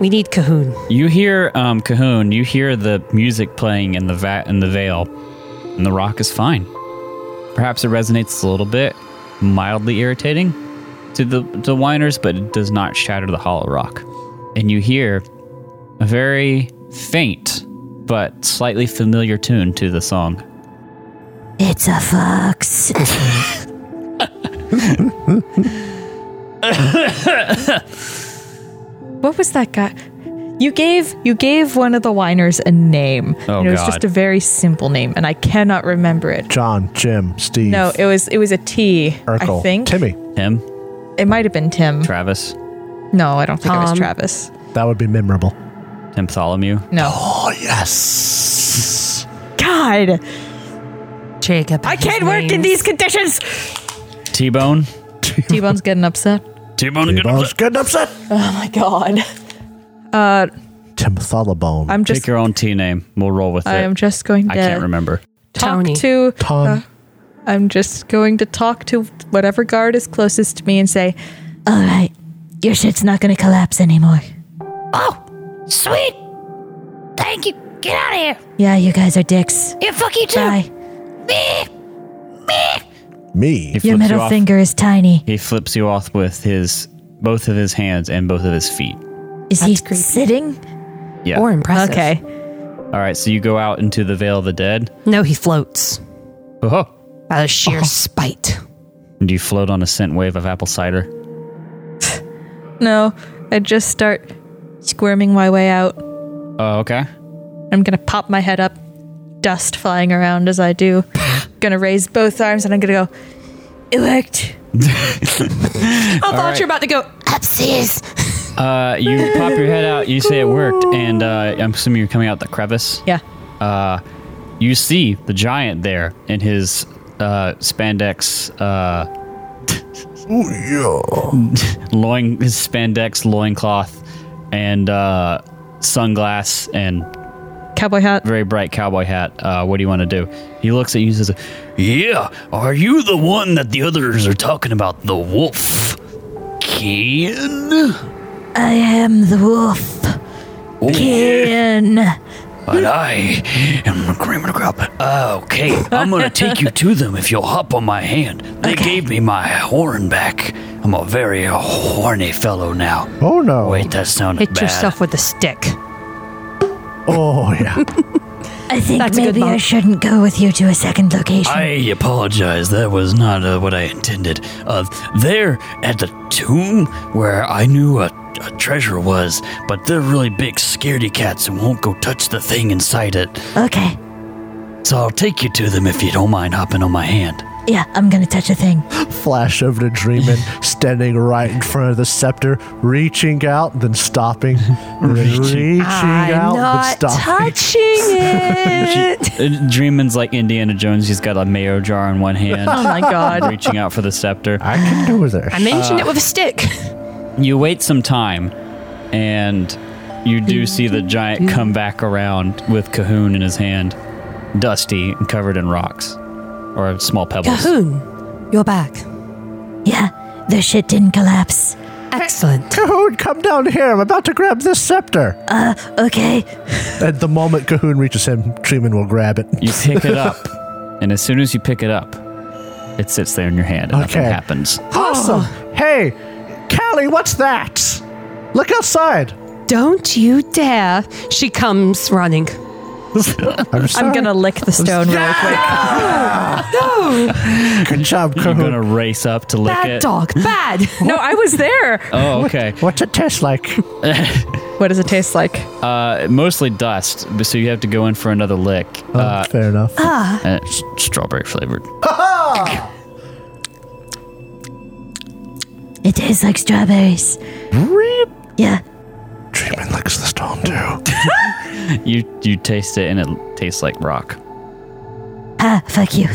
Speaker 4: We need Cahoon.
Speaker 2: You hear um, Cahoon. You hear the music playing in the va- in the veil, and the rock is fine. Perhaps it resonates a little bit, mildly irritating to the to whiners, but it does not shatter the hollow rock. And you hear a very faint but slightly familiar tune to the song.
Speaker 4: It's a fox.
Speaker 5: What was that guy? You gave you gave one of the whiners a name.
Speaker 2: Oh,
Speaker 5: and it was
Speaker 2: God.
Speaker 5: just a very simple name, and I cannot remember it.
Speaker 3: John, Jim, Steve,
Speaker 5: No, it was it was a T. I
Speaker 3: Urkel,
Speaker 5: think
Speaker 3: Timmy.
Speaker 2: Him,
Speaker 5: it might have been Tim.
Speaker 2: Travis,
Speaker 5: no, I don't think it was
Speaker 4: Tom.
Speaker 5: Travis.
Speaker 3: That would be memorable.
Speaker 2: Tim Tholomew.
Speaker 5: No,
Speaker 3: Oh, yes.
Speaker 5: God,
Speaker 4: Jacob.
Speaker 5: I
Speaker 4: his
Speaker 5: can't work in
Speaker 4: name's-
Speaker 5: these conditions.
Speaker 2: T Bone.
Speaker 5: T Bone's getting upset.
Speaker 2: T Bone.
Speaker 3: I was getting upset.
Speaker 5: Oh my God.
Speaker 3: Tim Thalabone.
Speaker 5: Uh, I'm
Speaker 2: Pick
Speaker 5: just
Speaker 2: your own T name. We'll roll with it.
Speaker 5: I am just going to
Speaker 2: I can't remember.
Speaker 5: talk
Speaker 4: Tony.
Speaker 5: to
Speaker 3: Tom.
Speaker 5: uh, I'm just going to talk to whatever guard is closest to me and say, "All right, your shit's not going to collapse anymore."
Speaker 7: Sweet. Thank you. Get out of here.
Speaker 5: Yeah, you guys are dicks.
Speaker 7: Yeah, fuck you too.
Speaker 5: Bye.
Speaker 7: Meh.
Speaker 3: Me.
Speaker 2: He flips you off.
Speaker 5: is tiny.
Speaker 2: He flips you off with his both of his hands and both of his feet.
Speaker 5: Is he sitting?
Speaker 2: Yeah.
Speaker 4: Or impressive.
Speaker 5: Okay.
Speaker 2: All right. So you go out into the Vale of the Dead.
Speaker 4: No, he floats
Speaker 2: Oh.
Speaker 4: out of sheer spite.
Speaker 2: And you float on a scent wave of apple cider.
Speaker 5: No, I just start squirming my way out.
Speaker 2: Oh, okay.
Speaker 5: I'm gonna pop my head up, dust flying around as I do. gonna raise both arms and I'm gonna go. It worked.
Speaker 4: I thought you were about to go.
Speaker 7: Upstairs.
Speaker 2: Uh, you pop your head out. You say it worked, and uh, I'm assuming you're coming out the crevice.
Speaker 5: Yeah.
Speaker 2: You see the giant there in his uh, spandex uh, loin spandex loincloth and uh, sunglass and
Speaker 5: Cowboy hat.
Speaker 2: very bright cowboy hat. Uh, what do you want to do? He looks at you and says, "Yeah, are you the one that the others are talking about? The wolf, Ken?
Speaker 7: I am the wolf. Ken.
Speaker 5: Oh
Speaker 2: But I am Kramer the Crop. Uh, okay, I'm gonna take you to them if you'll hop on my hand. They gave me my horn back. I'm a very horny fellow now.
Speaker 3: Oh no.
Speaker 2: Wait, that sounded
Speaker 4: Hit
Speaker 2: bad.
Speaker 4: yourself with a stick.
Speaker 3: Oh yeah.
Speaker 7: I think
Speaker 4: That's a good
Speaker 7: maybe I
Speaker 4: bump.
Speaker 7: shouldn't go with you to a second location.
Speaker 2: I apologize. That was not uh, what I intended. Uh, there at the tomb where I knew a, a treasure was, but they're really big scaredy cats who won't go touch the thing inside it.
Speaker 7: okay.
Speaker 2: So I'll take you to them if you don't mind hopping on my hand.
Speaker 7: Yeah, I'm gonna touch a thing.
Speaker 3: Flash over to Dreamin, standing right in front of the scepter, reaching out, then stopping, and then reaching out, then stopping.
Speaker 4: touching it.
Speaker 2: Dreamin's like Indiana Jones. He's got a mayo jar in one hand.
Speaker 5: Oh my god.
Speaker 2: reaching out for the scepter.
Speaker 3: I can do this.
Speaker 4: I mentioned it with a stick.
Speaker 2: You wait some time, and you do see the giant come back around with Cahoon in his hand, dusty and covered in rocks or small pebbles.
Speaker 4: Cahoon, you're back.
Speaker 7: Yeah, the shit didn't collapse.
Speaker 4: Excellent.
Speaker 3: Cahoon, come down here. I'm about to grab this scepter.
Speaker 7: Okay.
Speaker 3: At the moment Cahoon reaches him, Dreamin will grab it.
Speaker 2: You pick it up, and as soon as you pick it up, it sits there in your hand, and nothing
Speaker 3: Okay.
Speaker 2: happens.
Speaker 3: Awesome. Hey, Callie, what's that? Look outside.
Speaker 4: Don't you dare. She comes running.
Speaker 3: I'm, sorry.
Speaker 5: I'm gonna lick the stone real quick.
Speaker 3: Good job,
Speaker 2: You're
Speaker 3: Cahoon.
Speaker 2: gonna race up to lick
Speaker 4: Bad
Speaker 2: it.
Speaker 4: dog. Bad.
Speaker 5: No, I was there.
Speaker 2: Oh, okay.
Speaker 3: What's it taste like?
Speaker 5: What does it taste like?
Speaker 2: Uh, mostly dust, but so you have to go in for another lick. Uh,
Speaker 3: Fair enough.
Speaker 2: and it's strawberry flavored.
Speaker 7: It tastes like strawberries. Yeah.
Speaker 3: Dreamin likes the stone too.
Speaker 2: You you taste it, and it tastes like rock.
Speaker 7: Ah, fuck you.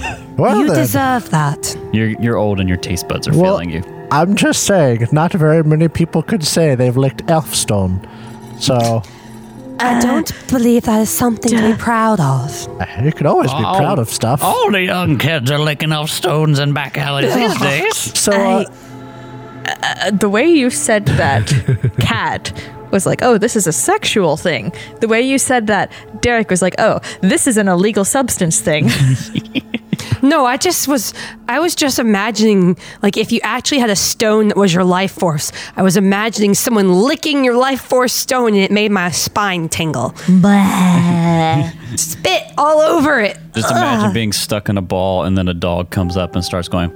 Speaker 3: Well
Speaker 4: you
Speaker 3: then.
Speaker 4: deserve that.
Speaker 2: You're you're old and your taste buds are
Speaker 3: Well-
Speaker 2: failing you.
Speaker 3: I'm just saying, not very many people could say they've licked elf stone. So
Speaker 4: I don't believe that is something to be proud of.
Speaker 3: you could always be
Speaker 2: Oh.
Speaker 3: proud of stuff.
Speaker 2: All the young kids are licking off stones and back alleys these days.
Speaker 3: So uh,
Speaker 5: Uh, The way you said that cat was like, oh, this is a sexual thing. The way you said that, Derek was like, oh, this is an illegal substance thing.
Speaker 4: No, I just was, I was just imagining, like, if you actually had a stone that was your life force, I was imagining someone licking your life force stone and it made my spine tingle.
Speaker 7: Blah.
Speaker 4: Spit all over it.
Speaker 2: Just
Speaker 3: Ah.
Speaker 2: imagine being stuck in a ball and then a dog comes up and starts going,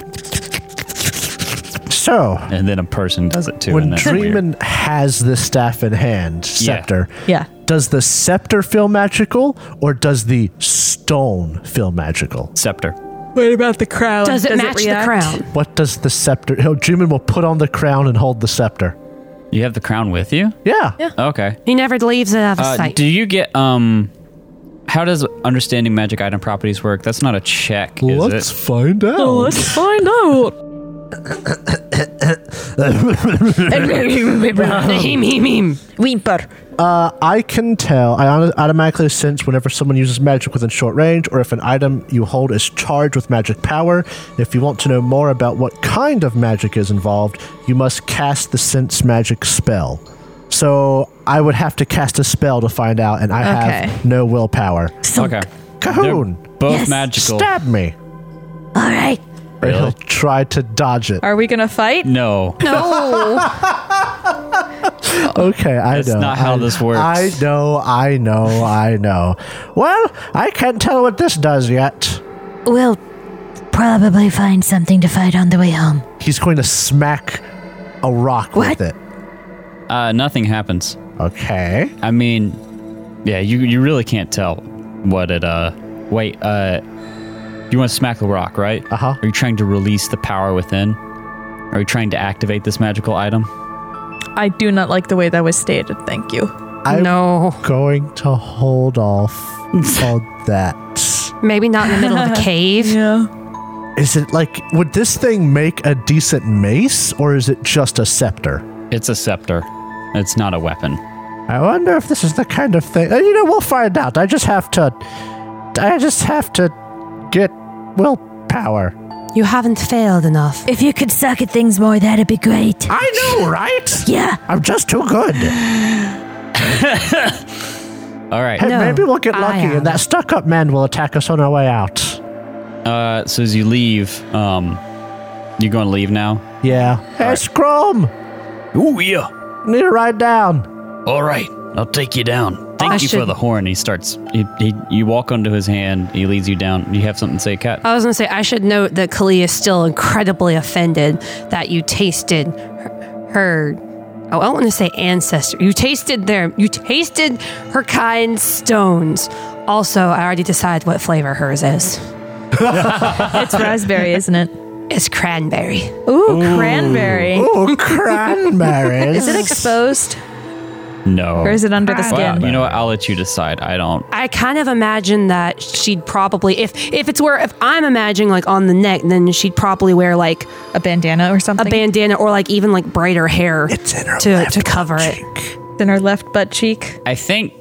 Speaker 3: so
Speaker 2: and then a person does it too.
Speaker 3: when
Speaker 2: and that's weird.
Speaker 3: Dreamin has this staff in hand, scepter.
Speaker 5: Yeah.
Speaker 3: Does the scepter feel magical or does the stone feel magical?
Speaker 2: scepter.
Speaker 5: what about the crown?
Speaker 4: Does it match the
Speaker 5: react?
Speaker 4: crown?
Speaker 3: What does the scepter oh Dreamin will put on the crown and hold the scepter.
Speaker 2: You have the crown with you.
Speaker 3: Yeah.
Speaker 2: Okay.
Speaker 4: He never leaves it out of
Speaker 2: Uh,
Speaker 4: sight.
Speaker 2: do you get um? How does understanding magic item properties work? That's not a check, is
Speaker 3: Let's
Speaker 2: it?
Speaker 3: find out.
Speaker 5: Oh, Let's find out.
Speaker 4: Heme, heme, heme.
Speaker 5: Whimper.
Speaker 3: Uh, I can tell. I auto- automatically sense whenever someone uses magic within short range, or if an item you hold is charged with magic power. If you want to know more about what kind of magic is involved, you must cast the sense magic spell. So I would have to cast a spell to find out, and I
Speaker 5: Okay.
Speaker 3: have no willpower.
Speaker 2: Okay.
Speaker 3: Cahoon,
Speaker 2: Both
Speaker 7: Yes.
Speaker 2: magical.
Speaker 3: stab me!
Speaker 7: All right.
Speaker 3: Or He'll
Speaker 2: Really?
Speaker 3: try to dodge it.
Speaker 5: Are we gonna fight?
Speaker 2: No.
Speaker 4: No.
Speaker 3: Okay, I
Speaker 2: That's
Speaker 3: know.
Speaker 2: not how
Speaker 3: I-
Speaker 2: this works.
Speaker 3: I know. I know. I know. Well, I can't tell what this does yet.
Speaker 7: We'll probably find something to fight on the way home.
Speaker 3: He's going to smack a rock
Speaker 7: What?
Speaker 3: with it.
Speaker 2: Uh, nothing happens.
Speaker 3: Okay.
Speaker 2: I mean, yeah, you you really can't tell what it uh wait, uh you want to smack the rock, right?
Speaker 3: Uh-huh.
Speaker 2: Are you trying to release the power within? Are you trying to activate this magical item?
Speaker 5: I do not like the way that was stated. Thank you.
Speaker 3: I'm
Speaker 4: no.
Speaker 3: going to hold off on that.
Speaker 4: Maybe not in the middle of a cave.
Speaker 5: Yeah.
Speaker 3: Is it like, would this thing make a decent mace or is it just a scepter?
Speaker 2: It's a scepter. It's not a weapon.
Speaker 3: I wonder if this is the kind of thing. uh, You know, we'll find out. I just have to. I just have to get willpower.
Speaker 4: You haven't failed enough.
Speaker 7: If you could suck at things more, that'd be great.
Speaker 3: I know, right?
Speaker 7: Yeah.
Speaker 3: I'm just too good.
Speaker 2: All right.
Speaker 3: Hey,
Speaker 4: No,
Speaker 3: maybe we'll get
Speaker 4: I
Speaker 3: lucky
Speaker 4: am.
Speaker 3: and that stuck up man will attack us on our way out.
Speaker 2: Uh, so as you leave, um, you're going to leave now.
Speaker 3: Yeah. Hey, Scrum!
Speaker 2: Oh yeah.
Speaker 3: Need a ride down.
Speaker 2: All right. I'll take you down. Thank
Speaker 4: I
Speaker 2: you for
Speaker 4: should-
Speaker 2: the horn. He starts. He, he you walk onto his hand. He leads you down. You have something to say, Cat?
Speaker 4: I was going to say, I should note that Kali is still incredibly offended that you tasted her. her oh, I want to say ancestor. You tasted their. You tasted her kind stones. Also, I already decided what flavor hers is.
Speaker 5: It's raspberry, isn't it?
Speaker 4: It's cranberry.
Speaker 5: Ooh, cranberry.
Speaker 3: Oh, cranberries.
Speaker 5: Is it exposed
Speaker 2: no.
Speaker 5: or is it under the
Speaker 2: Well,
Speaker 5: skin?
Speaker 2: you know what? I'll let you decide. I don't.
Speaker 4: I kind of imagine that she'd probably, if if it's where, if I'm imagining like on the neck, then she'd probably wear like
Speaker 5: A bandana or
Speaker 4: a
Speaker 5: something?
Speaker 4: bandana or like even like brighter hair to to cover it.
Speaker 5: in her left butt cheek.
Speaker 2: I think.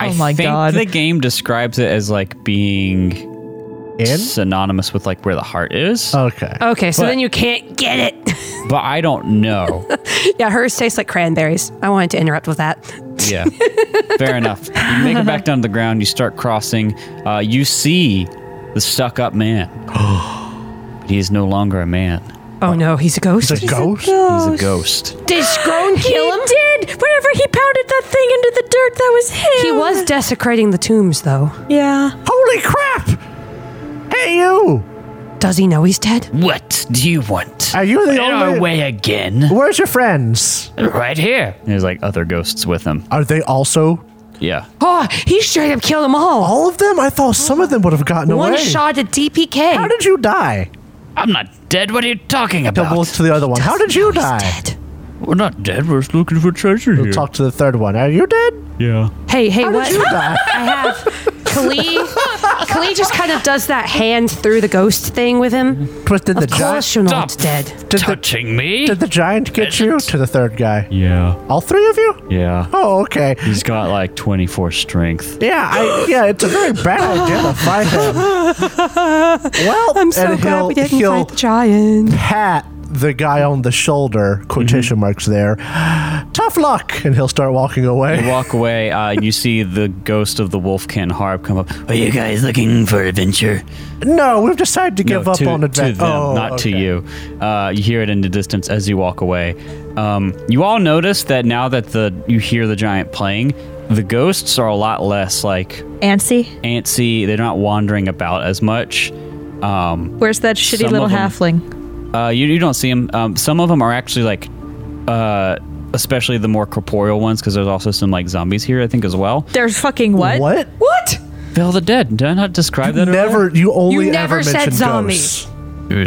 Speaker 2: I
Speaker 5: Oh my
Speaker 2: think
Speaker 5: God.
Speaker 2: the game describes it as like being
Speaker 3: In? Oh.
Speaker 2: synonymous with like where the heart is,
Speaker 3: Okay.
Speaker 4: Okay, so
Speaker 2: But-
Speaker 4: then you can't get it.
Speaker 2: but I don't know.
Speaker 4: yeah, hers tastes like cranberries. I wanted to interrupt with that.
Speaker 2: Yeah, fair enough. You make it back down to the ground. You start crossing. Uh, you see the stuck-up man. but he is no longer a man.
Speaker 4: Oh no, he's a ghost.
Speaker 3: It's a ghost?
Speaker 2: He's a ghost.
Speaker 4: Did Scrone kill him?
Speaker 5: did! Whenever he pounded that thing into the dirt, that was him!
Speaker 4: He was desecrating the tombs, though.
Speaker 5: Yeah.
Speaker 3: Holy crap! Hey, you!
Speaker 4: Does he know he's dead?
Speaker 8: What do you want?
Speaker 3: Are you the
Speaker 8: In our
Speaker 3: only.
Speaker 8: way again?
Speaker 3: Where's your friends?
Speaker 8: Right here.
Speaker 2: There's like other ghosts with him.
Speaker 3: Are they also.
Speaker 2: Yeah.
Speaker 4: Oh, he straight up killed them all.
Speaker 3: All of them? I thought some of them would have gotten
Speaker 4: One
Speaker 3: away.
Speaker 4: shot at DPK.
Speaker 3: How did you die?
Speaker 8: I'm not dead. What are you talking
Speaker 3: Double
Speaker 8: about?
Speaker 3: to the other one. How did you
Speaker 4: he's
Speaker 3: die?
Speaker 4: dead.
Speaker 8: We're not dead. We're just looking for treasure
Speaker 3: We'll
Speaker 8: here.
Speaker 3: talk to the third one. Are you dead?
Speaker 8: yeah.
Speaker 4: Hey, hey,
Speaker 3: How
Speaker 4: what?
Speaker 3: did you die?
Speaker 4: I have Kali. Kali just kind of does that hand through the ghost thing with him.
Speaker 3: Twisted the
Speaker 4: Of
Speaker 3: giant.
Speaker 4: course, you're
Speaker 8: Stop
Speaker 4: not dead.
Speaker 8: touching me.
Speaker 3: Did the giant get you? To the third guy.
Speaker 2: Yeah.
Speaker 3: All three of you?
Speaker 2: Yeah.
Speaker 3: Oh, okay.
Speaker 2: He's got like 24 strength.
Speaker 3: Yeah, I, yeah, it's a very bad idea to fight him. Well,
Speaker 4: I'm so
Speaker 3: and
Speaker 4: glad
Speaker 3: he'll,
Speaker 4: we didn't
Speaker 3: he'll
Speaker 4: fight the giant.
Speaker 3: pat the guy on the shoulder,
Speaker 4: Mm-hmm.
Speaker 3: quotation marks there. Tough luck, and he'll start walking
Speaker 2: You
Speaker 3: away.
Speaker 2: walk away. Uh, you see the ghost of the Wolfkin Harp come up.
Speaker 8: Are you guys looking for adventure?
Speaker 3: No, we've decided to give
Speaker 2: No,
Speaker 3: up
Speaker 2: to,
Speaker 3: on Oh, adventure.
Speaker 2: To them, not to you. Uh, you hear it in the distance as you walk away. Um, you all notice that now that the you hear the giant playing, the ghosts are a lot less like
Speaker 5: Antsy,
Speaker 2: antsy. They're not wandering about as much. Um,
Speaker 5: where's that shitty
Speaker 2: Some
Speaker 5: little
Speaker 2: of 'em.
Speaker 5: halfling?
Speaker 2: uh, you, you don't see them. Um, some of them are actually like, uh, especially the more corporeal ones, because there's also some like zombies here, I think, as well.
Speaker 5: There's fucking what?
Speaker 3: What?
Speaker 4: What?
Speaker 2: Veil of the Dead. Did I not describe that? earlier?
Speaker 3: Never. You only
Speaker 4: never
Speaker 3: ever
Speaker 4: said
Speaker 3: mentioned
Speaker 4: zombies.
Speaker 3: ghosts.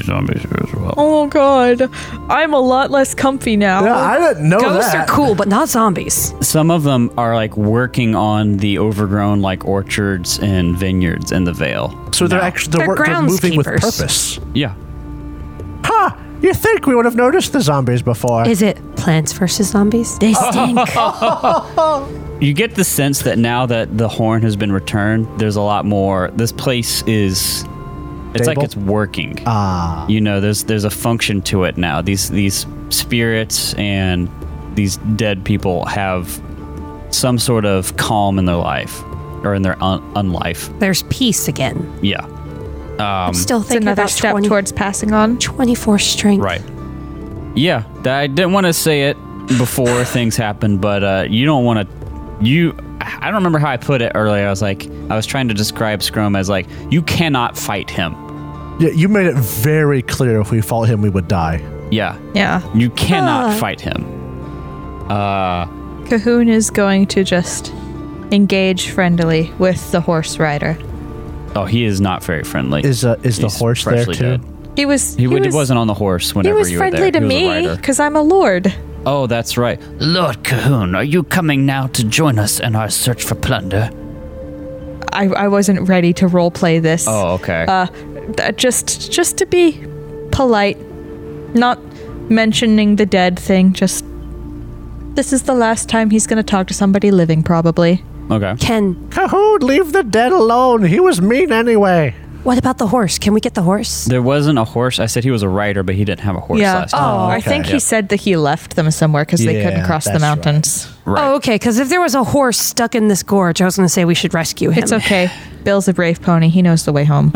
Speaker 8: zombies here as well.
Speaker 5: Oh god. I'm a lot less comfy now.
Speaker 3: Yeah, I didn't know
Speaker 4: Ghosts
Speaker 3: that.
Speaker 4: are cool, but not zombies.
Speaker 2: Some of them are like working on the overgrown like orchards and vineyards in the Vale.
Speaker 3: So they're actually they're,
Speaker 4: They're
Speaker 3: work, they're moving with
Speaker 4: groundskeepers.
Speaker 3: purpose.
Speaker 2: Yeah.
Speaker 3: Ha! You think we would have noticed the zombies before?
Speaker 4: Is it Plants versus Zombies?
Speaker 7: They
Speaker 3: Uh.
Speaker 7: stink.
Speaker 2: You get the sense that now that the horn has been returned, there's a lot more. This place is. It's
Speaker 3: Stable?
Speaker 2: like it's working. Ah. You know, there's there's a function to it now. These these spirits and these dead people have some sort of calm in their life or in their un- unlife.
Speaker 4: There's peace
Speaker 3: Um,
Speaker 4: again.
Speaker 2: Yeah.
Speaker 4: I'm still
Speaker 5: It's
Speaker 4: thinking
Speaker 5: another
Speaker 4: about
Speaker 5: step
Speaker 4: 20,
Speaker 5: towards passing on.
Speaker 4: 24 strength.
Speaker 2: Right. Yeah, th- I didn't want to say it before things happened, but uh, you don't want to. You, I don't remember how I put it earlier. I was like, I was trying to describe Scrum as like, you cannot fight him.
Speaker 3: Yeah, you made it very clear if we fought him, we would die.
Speaker 2: Yeah,
Speaker 5: Yeah.
Speaker 2: you cannot fight him.
Speaker 5: Cahoon is going to just engage friendly with the horse rider.
Speaker 2: Oh, he is not very friendly.
Speaker 3: Is uh, is the
Speaker 2: He's
Speaker 3: horse there too?
Speaker 2: freshly dead.
Speaker 5: He was
Speaker 2: He,
Speaker 5: he,
Speaker 2: w-
Speaker 5: was,
Speaker 2: wasn't on the horse
Speaker 5: he
Speaker 2: whenever
Speaker 5: was
Speaker 2: you were
Speaker 5: friendly
Speaker 2: there.
Speaker 5: to
Speaker 2: He was a
Speaker 5: me
Speaker 2: rider.
Speaker 5: because I'm a lord.
Speaker 2: Oh, that's right.
Speaker 8: Lord Cahoon, are you coming now to join us in our search for plunder?
Speaker 5: I, I wasn't ready to roleplay this.
Speaker 2: Oh, okay.
Speaker 5: Uh, uh, just just to be polite, not mentioning the dead thing. Just this is the last time he's going to talk to somebody living, probably.
Speaker 2: Okay.
Speaker 4: Ken,
Speaker 3: Cahoon, leave the dead alone. He was mean anyway.
Speaker 4: what about the horse? Can we get the horse?
Speaker 2: There wasn't a horse. I said he was a rider, but he didn't have a horse
Speaker 5: Yeah.
Speaker 2: last
Speaker 5: Oh,
Speaker 2: time.
Speaker 5: I think he said that he left them somewhere because they couldn't
Speaker 3: Yeah,
Speaker 5: cross the
Speaker 3: that's right.
Speaker 5: mountains.
Speaker 4: Oh, okay. Because if there was a horse stuck in this gorge, I was going to say we should rescue him.
Speaker 5: It's okay. Bill's a brave pony. He knows the way home.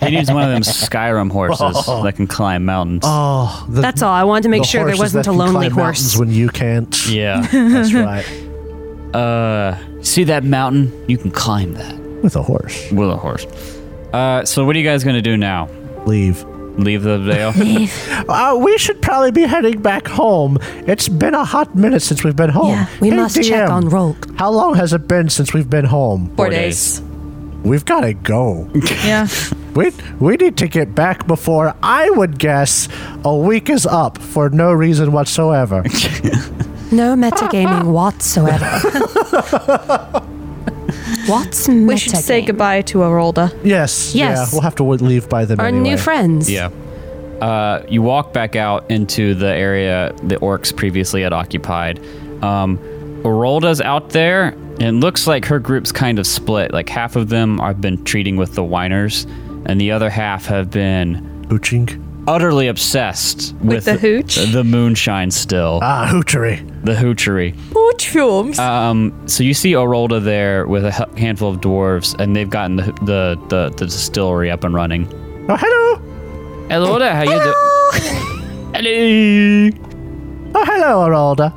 Speaker 2: He needs one of them Skyrim horses that can climb mountains.
Speaker 3: Oh, the,
Speaker 4: That's all. I wanted to make
Speaker 3: the
Speaker 4: sure there
Speaker 3: horses
Speaker 4: wasn't
Speaker 3: that
Speaker 4: a
Speaker 3: can
Speaker 4: lonely
Speaker 3: climb mountains
Speaker 4: horse.
Speaker 3: when you can't.
Speaker 2: Yeah.
Speaker 3: That's right.
Speaker 2: Uh, See that mountain? You can climb that
Speaker 3: With a horse,
Speaker 2: with a horse. Uh, so what are you guys gonna do now?
Speaker 3: leave.
Speaker 2: Leave the Vale?
Speaker 3: Uh, we should probably be heading back home. It's been a hot minute since we've been home.
Speaker 4: Yeah, we must check on Rolk.
Speaker 3: How long has it been since we've been home?
Speaker 5: Four
Speaker 2: days.
Speaker 3: We've got to go.
Speaker 5: yeah.
Speaker 3: we we need to get back before I would guess a week is up for no reason whatsoever.
Speaker 4: No metagaming whatsoever. What's
Speaker 5: We should say
Speaker 4: metagaming?
Speaker 5: goodbye to Arolda.
Speaker 3: yes. Yeah,
Speaker 4: Yes.
Speaker 3: we'll have to w- leave by then.
Speaker 4: Our
Speaker 3: anyway.
Speaker 4: new friends.
Speaker 2: yeah. Uh, you walk back out into the area the orcs previously had occupied. Um, Orolda's out there, and it looks like her group's kind of split. Like half of them have been treating with the whiners, and the other half have been
Speaker 3: Hooching.
Speaker 2: utterly obsessed with,
Speaker 5: the hooch? Oh,
Speaker 2: the moonshine still,
Speaker 3: Ah, hoochery.
Speaker 2: the hoochery. Um,
Speaker 5: What films?
Speaker 2: So you see Orolda there with a h- handful of dwarves, and they've gotten the the, the, the distillery up and running.
Speaker 3: Oh, hello.
Speaker 2: Hello there, how you doing? Hello.
Speaker 3: Oh, hello, Aralda.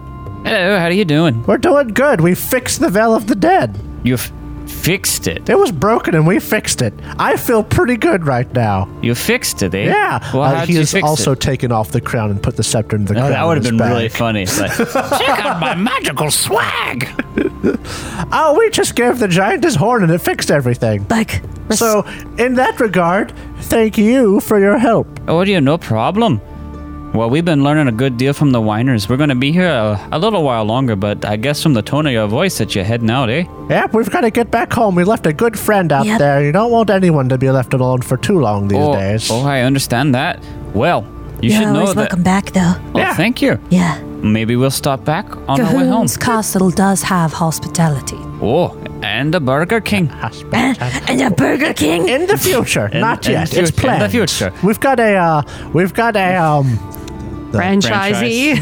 Speaker 2: Hello, how are you doing?
Speaker 3: We're doing good. We fixed the Veil of the Dead.
Speaker 2: You f- fixed it.
Speaker 3: It was broken and we fixed it. I feel pretty good right now.
Speaker 2: You fixed it, eh?
Speaker 3: Yeah.
Speaker 2: Well,
Speaker 3: Uh,
Speaker 2: how
Speaker 3: he
Speaker 2: you
Speaker 3: has
Speaker 2: fix
Speaker 3: also
Speaker 2: it?
Speaker 3: taken off the crown and put the scepter in the
Speaker 2: Oh,
Speaker 3: crown.
Speaker 2: that would have
Speaker 3: on his
Speaker 2: been
Speaker 3: back.
Speaker 2: really funny. It's like,
Speaker 8: Check out my magical swag.
Speaker 3: Oh, we just gave the giant his horn and it fixed everything.
Speaker 4: Like, res-
Speaker 3: So, in that regard, thank you for your help.
Speaker 2: oh, yeah, no problem. Well, we've been learning a good deal from the whiners. We're going to be here a, a little while longer, but I guess from the tone of your voice that you're heading out, eh?
Speaker 3: Yep, we've got to get back home. We left a good friend out
Speaker 4: Yep.
Speaker 3: there. You don't want anyone to be left alone for too long these
Speaker 2: oh,
Speaker 3: days.
Speaker 2: oh, I understand that. Well, you
Speaker 4: you're
Speaker 2: should know
Speaker 4: always
Speaker 2: that.
Speaker 4: welcome back, though.
Speaker 2: Oh,
Speaker 3: Yeah.
Speaker 2: thank you.
Speaker 4: Yeah.
Speaker 2: Maybe we'll stop back on our way home.
Speaker 4: Cahoon's castle does have hospitality.
Speaker 2: Oh, and a Burger King.
Speaker 4: And a Burger King.
Speaker 3: In the future, not
Speaker 2: in
Speaker 3: yet.
Speaker 2: the
Speaker 3: it's
Speaker 2: future, in
Speaker 3: planned.
Speaker 2: the future.
Speaker 3: We've got a, uh, we've got a, um,
Speaker 4: Franchisee.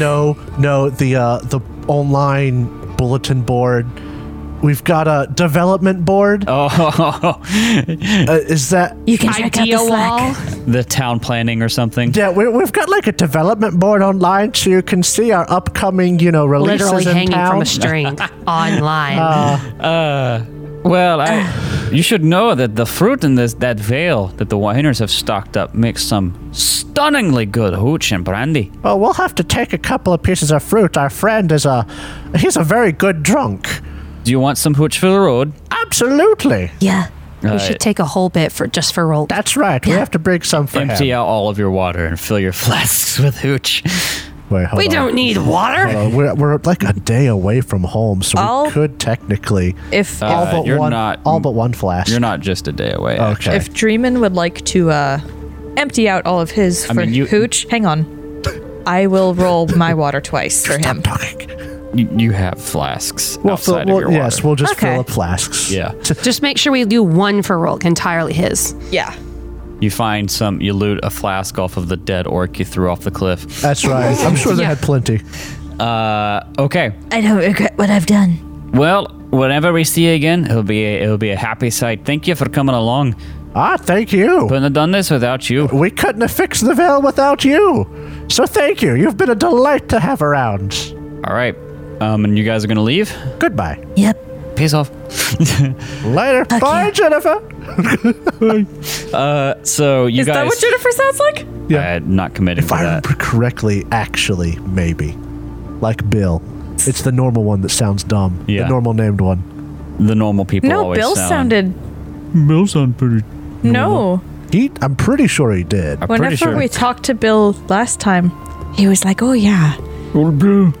Speaker 3: no, no, the, uh, the online bulletin board. We've got a development board.
Speaker 2: Oh,
Speaker 3: Uh, is that?
Speaker 4: You can check out the Slack.
Speaker 2: the town planning or something.
Speaker 3: Yeah, we, we've got like a development board online, so you can see our upcoming, you know, releases
Speaker 4: Literally
Speaker 3: in
Speaker 4: hanging
Speaker 3: town.
Speaker 4: from a string online.
Speaker 2: Well,
Speaker 4: Ah.
Speaker 2: I, you should know that the fruit in this that veil that the whiners have stocked up makes some stunningly good hooch and brandy.
Speaker 3: Oh, we'll have to take a couple of pieces of fruit. Our friend is a. He's a very good drunk.
Speaker 2: Do you want some hooch for the road? Uh,
Speaker 3: Absolutely.
Speaker 4: yeah. we
Speaker 2: Alright.
Speaker 4: should take a whole bit for just for roll.
Speaker 3: That's right. We have to bring some for
Speaker 2: Empty
Speaker 3: him.
Speaker 2: out all of your water and fill your flasks with hooch.
Speaker 3: Wait, hold
Speaker 4: we
Speaker 3: on.
Speaker 4: don't need
Speaker 3: Hold
Speaker 4: water.
Speaker 3: on. We're, we're like a day away from home, so
Speaker 5: I'll-
Speaker 3: we could technically.
Speaker 5: If
Speaker 3: all
Speaker 2: Uh,
Speaker 3: but
Speaker 2: you're
Speaker 3: one.
Speaker 2: not-
Speaker 3: all but one flask.
Speaker 2: You're not just a day away.
Speaker 3: Okay.
Speaker 5: if Dreamin would like to uh, empty out all of his for
Speaker 2: mean, you-
Speaker 5: Hooch, hang on. I will roll my water twice for him.
Speaker 2: You, you have flasks
Speaker 3: We'll fill-
Speaker 2: outside
Speaker 3: we'll-
Speaker 2: of your water.
Speaker 3: yes, we'll just
Speaker 5: Okay.
Speaker 3: fill up flasks.
Speaker 2: Yeah.
Speaker 4: Just make sure we do one for Rolk, entirely his.
Speaker 5: Yeah.
Speaker 2: You find some. You loot a flask off of the dead orc you threw off the cliff.
Speaker 3: That's right. I'm sure they
Speaker 4: Yeah.
Speaker 3: had plenty.
Speaker 2: Okay.
Speaker 7: I don't regret what I've done.
Speaker 2: Well, whenever we see you again, it'll be a, it'll be a happy sight. Thank you for coming along.
Speaker 3: Ah, thank you.
Speaker 2: Couldn't have done this without you.
Speaker 3: We couldn't have fixed the veil without you. So thank you. You've been a delight to have around.
Speaker 2: All right. Um, and you guys are gonna leave.
Speaker 3: Goodbye.
Speaker 7: Yep.
Speaker 2: Peace off.
Speaker 3: Later. Bye, Jennifer.
Speaker 2: So you
Speaker 5: Is
Speaker 2: guys
Speaker 5: that what Jennifer sounds like?
Speaker 2: yeah. not committed
Speaker 3: If
Speaker 2: to
Speaker 3: I
Speaker 2: that.
Speaker 3: remember correctly, actually, maybe. Like Bill. It's the normal one that sounds dumb.
Speaker 2: Yeah.
Speaker 3: The normal named one.
Speaker 2: The normal people
Speaker 5: No,
Speaker 2: always
Speaker 5: Bill
Speaker 2: sound.
Speaker 5: sounded.
Speaker 2: Bill sounded pretty.
Speaker 5: No.
Speaker 3: He, I'm pretty sure he did.
Speaker 2: I'm
Speaker 5: Whenever
Speaker 2: pretty sure.
Speaker 5: we talked to Bill last time, he was like, oh, yeah.
Speaker 1: been.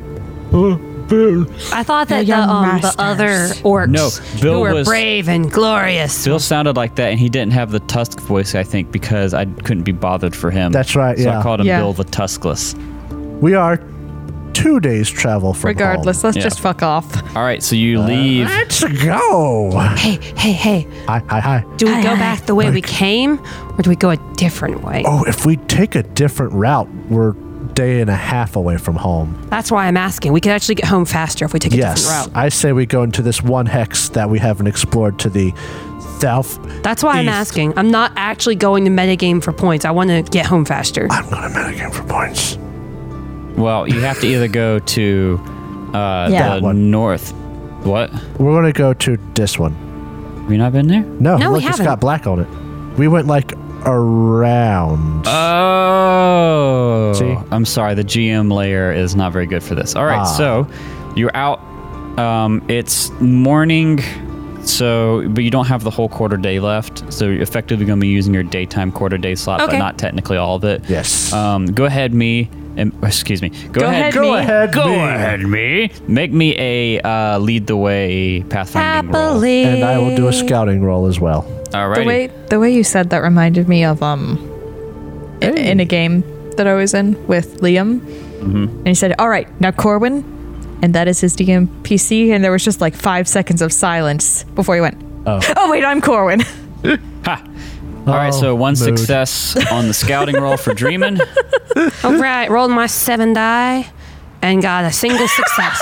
Speaker 4: I thought that the,
Speaker 6: young
Speaker 4: um, the
Speaker 6: masters.
Speaker 4: other orcs
Speaker 2: No, Bill
Speaker 4: who were
Speaker 2: was-
Speaker 4: brave and glorious.
Speaker 2: Bill sounded like that, and he didn't have the tusk voice, I think, because I couldn't be bothered for him.
Speaker 3: That's right,
Speaker 2: So
Speaker 3: yeah.
Speaker 2: I called him
Speaker 5: Yeah.
Speaker 2: Bill the Tuskless.
Speaker 3: We are two days travel from
Speaker 5: Regardless, let's
Speaker 2: Yeah.
Speaker 5: just fuck off.
Speaker 2: All right, so
Speaker 3: Uh,
Speaker 2: you leave.
Speaker 3: home. Let's go. Hi,
Speaker 4: Hey, hey, hey.
Speaker 3: hi, hi.
Speaker 4: Do we go back the way we came or do we go a different way?
Speaker 3: Oh, if we take a different route, we're day and a half away from home.
Speaker 4: That's why I'm asking. We could actually get home faster if we take a
Speaker 3: yes,
Speaker 4: different route.
Speaker 3: I say we go into this one hex that we haven't explored to the south.
Speaker 4: That's why I'm
Speaker 3: East.
Speaker 4: asking. I'm not actually going to metagame for points. I want to get home faster.
Speaker 3: I'm gonna metagame for points.
Speaker 2: Well, you have to either go to uh,
Speaker 5: Yeah.
Speaker 2: the
Speaker 3: one.
Speaker 2: north. What?
Speaker 3: We're gonna go to this one.
Speaker 2: Have you not been there?
Speaker 3: No,
Speaker 4: No, we
Speaker 3: look, it's
Speaker 4: haven't.
Speaker 3: got black on it. We went like around.
Speaker 2: Oh,
Speaker 3: See?
Speaker 2: I'm sorry. The GM layer is not very good for this. All right,
Speaker 3: Ah.
Speaker 2: so you're out. Um, it's morning, so but you don't have the whole quarter day left. So you're effectively going to be using your daytime quarter day slot, but
Speaker 4: Okay.
Speaker 2: not technically all of it.
Speaker 3: Yes.
Speaker 2: Um, go ahead, me. And, excuse me. Go, ahead.
Speaker 5: ahead, Go me.
Speaker 3: ahead,
Speaker 2: Go
Speaker 3: me.
Speaker 2: ahead, me. Make me a uh, lead the way pathfinding roll.
Speaker 4: Happily.
Speaker 3: and I will do a
Speaker 4: Eh.
Speaker 3: scouting roll as well.
Speaker 2: All
Speaker 5: The way
Speaker 2: right.
Speaker 5: the way you said that reminded me of um i- in a game that I was in with Liam. And he said, "All right, now Corwin." And that is his DM PC and there was just like 5 seconds of silence before he went, "Oh, wait, I'm Corwin."
Speaker 2: All right. So one
Speaker 3: mood.
Speaker 2: success on the scouting roll for Dreamin'.
Speaker 4: All Oh, right, rolled my seven die and got a single success.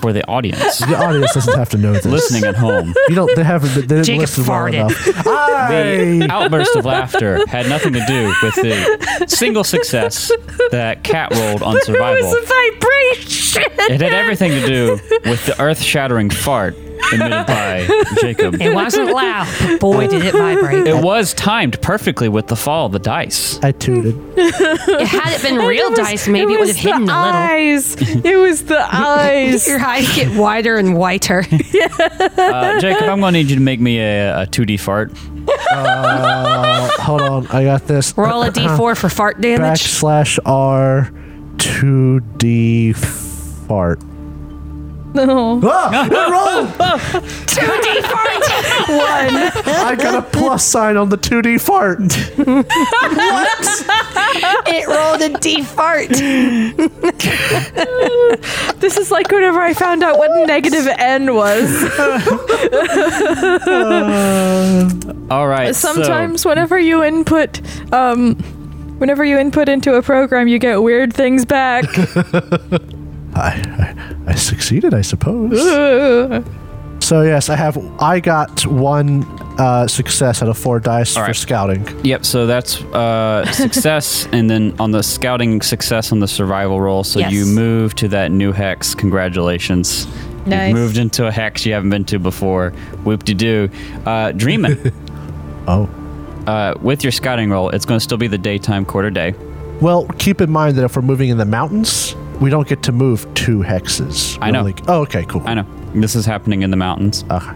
Speaker 2: for the audience
Speaker 3: The audience doesn't have to know this.
Speaker 2: listening at home.
Speaker 3: You don't. They haven't. They didn't
Speaker 4: Jacob
Speaker 3: listen well
Speaker 4: farted.
Speaker 3: enough.
Speaker 2: The
Speaker 3: I,
Speaker 2: outburst of laughter had nothing to do with the single success that Cat rolled on survival.
Speaker 5: vibration.
Speaker 2: It had everything to do with the earth shattering fart emitted by Jacob.
Speaker 4: It wasn't loud, but boy, did it vibrate.
Speaker 2: It was timed perfectly with the fall of the dice.
Speaker 3: I tooted.
Speaker 4: It- had it been real
Speaker 5: It was-
Speaker 4: dice, maybe it, would
Speaker 5: was
Speaker 4: have hidden
Speaker 5: the
Speaker 4: a little.
Speaker 5: Eyes. It was the eyes.
Speaker 4: Your eyes get wider and whiter.
Speaker 2: Uh, Jacob, I'm going to need you to make me a, a 2D fart.
Speaker 3: Uh, Hold on. I got this.
Speaker 4: Roll a d4 for fart damage.
Speaker 3: Backslash R, two D fart.
Speaker 5: No.
Speaker 3: Ah, it rolled!
Speaker 4: Two d fart.
Speaker 3: I got a plus sign on the two D fart.
Speaker 4: It rolled a d fart.
Speaker 5: This is like whenever I found out what negative n was.
Speaker 2: All right. so-
Speaker 5: Sometimes whenever you input um whenever you input into a program you get weird things back.
Speaker 3: I, I, I succeeded, I suppose.
Speaker 5: Ugh.
Speaker 3: so yes, I have. I got one uh, success out of four dice for
Speaker 2: right.
Speaker 3: scouting.
Speaker 2: Yep. So that's uh, success, and then on the scouting success on the survival roll. So
Speaker 4: Yes.
Speaker 2: you move to that new hex. Congratulations.
Speaker 5: Nice.
Speaker 2: You've moved into a hex you haven't been to before. Whoop de doo. Uh, dreaming.
Speaker 3: Oh.
Speaker 2: uh, with your scouting roll, it's going to still be the daytime quarter day.
Speaker 3: Well, keep in mind that if we're moving in the mountains, we don't get to move two hexes.
Speaker 2: I
Speaker 3: We're
Speaker 2: know.
Speaker 3: like- oh, okay, cool. Uh,
Speaker 2: I know this is happening in the mountains.
Speaker 3: Okay.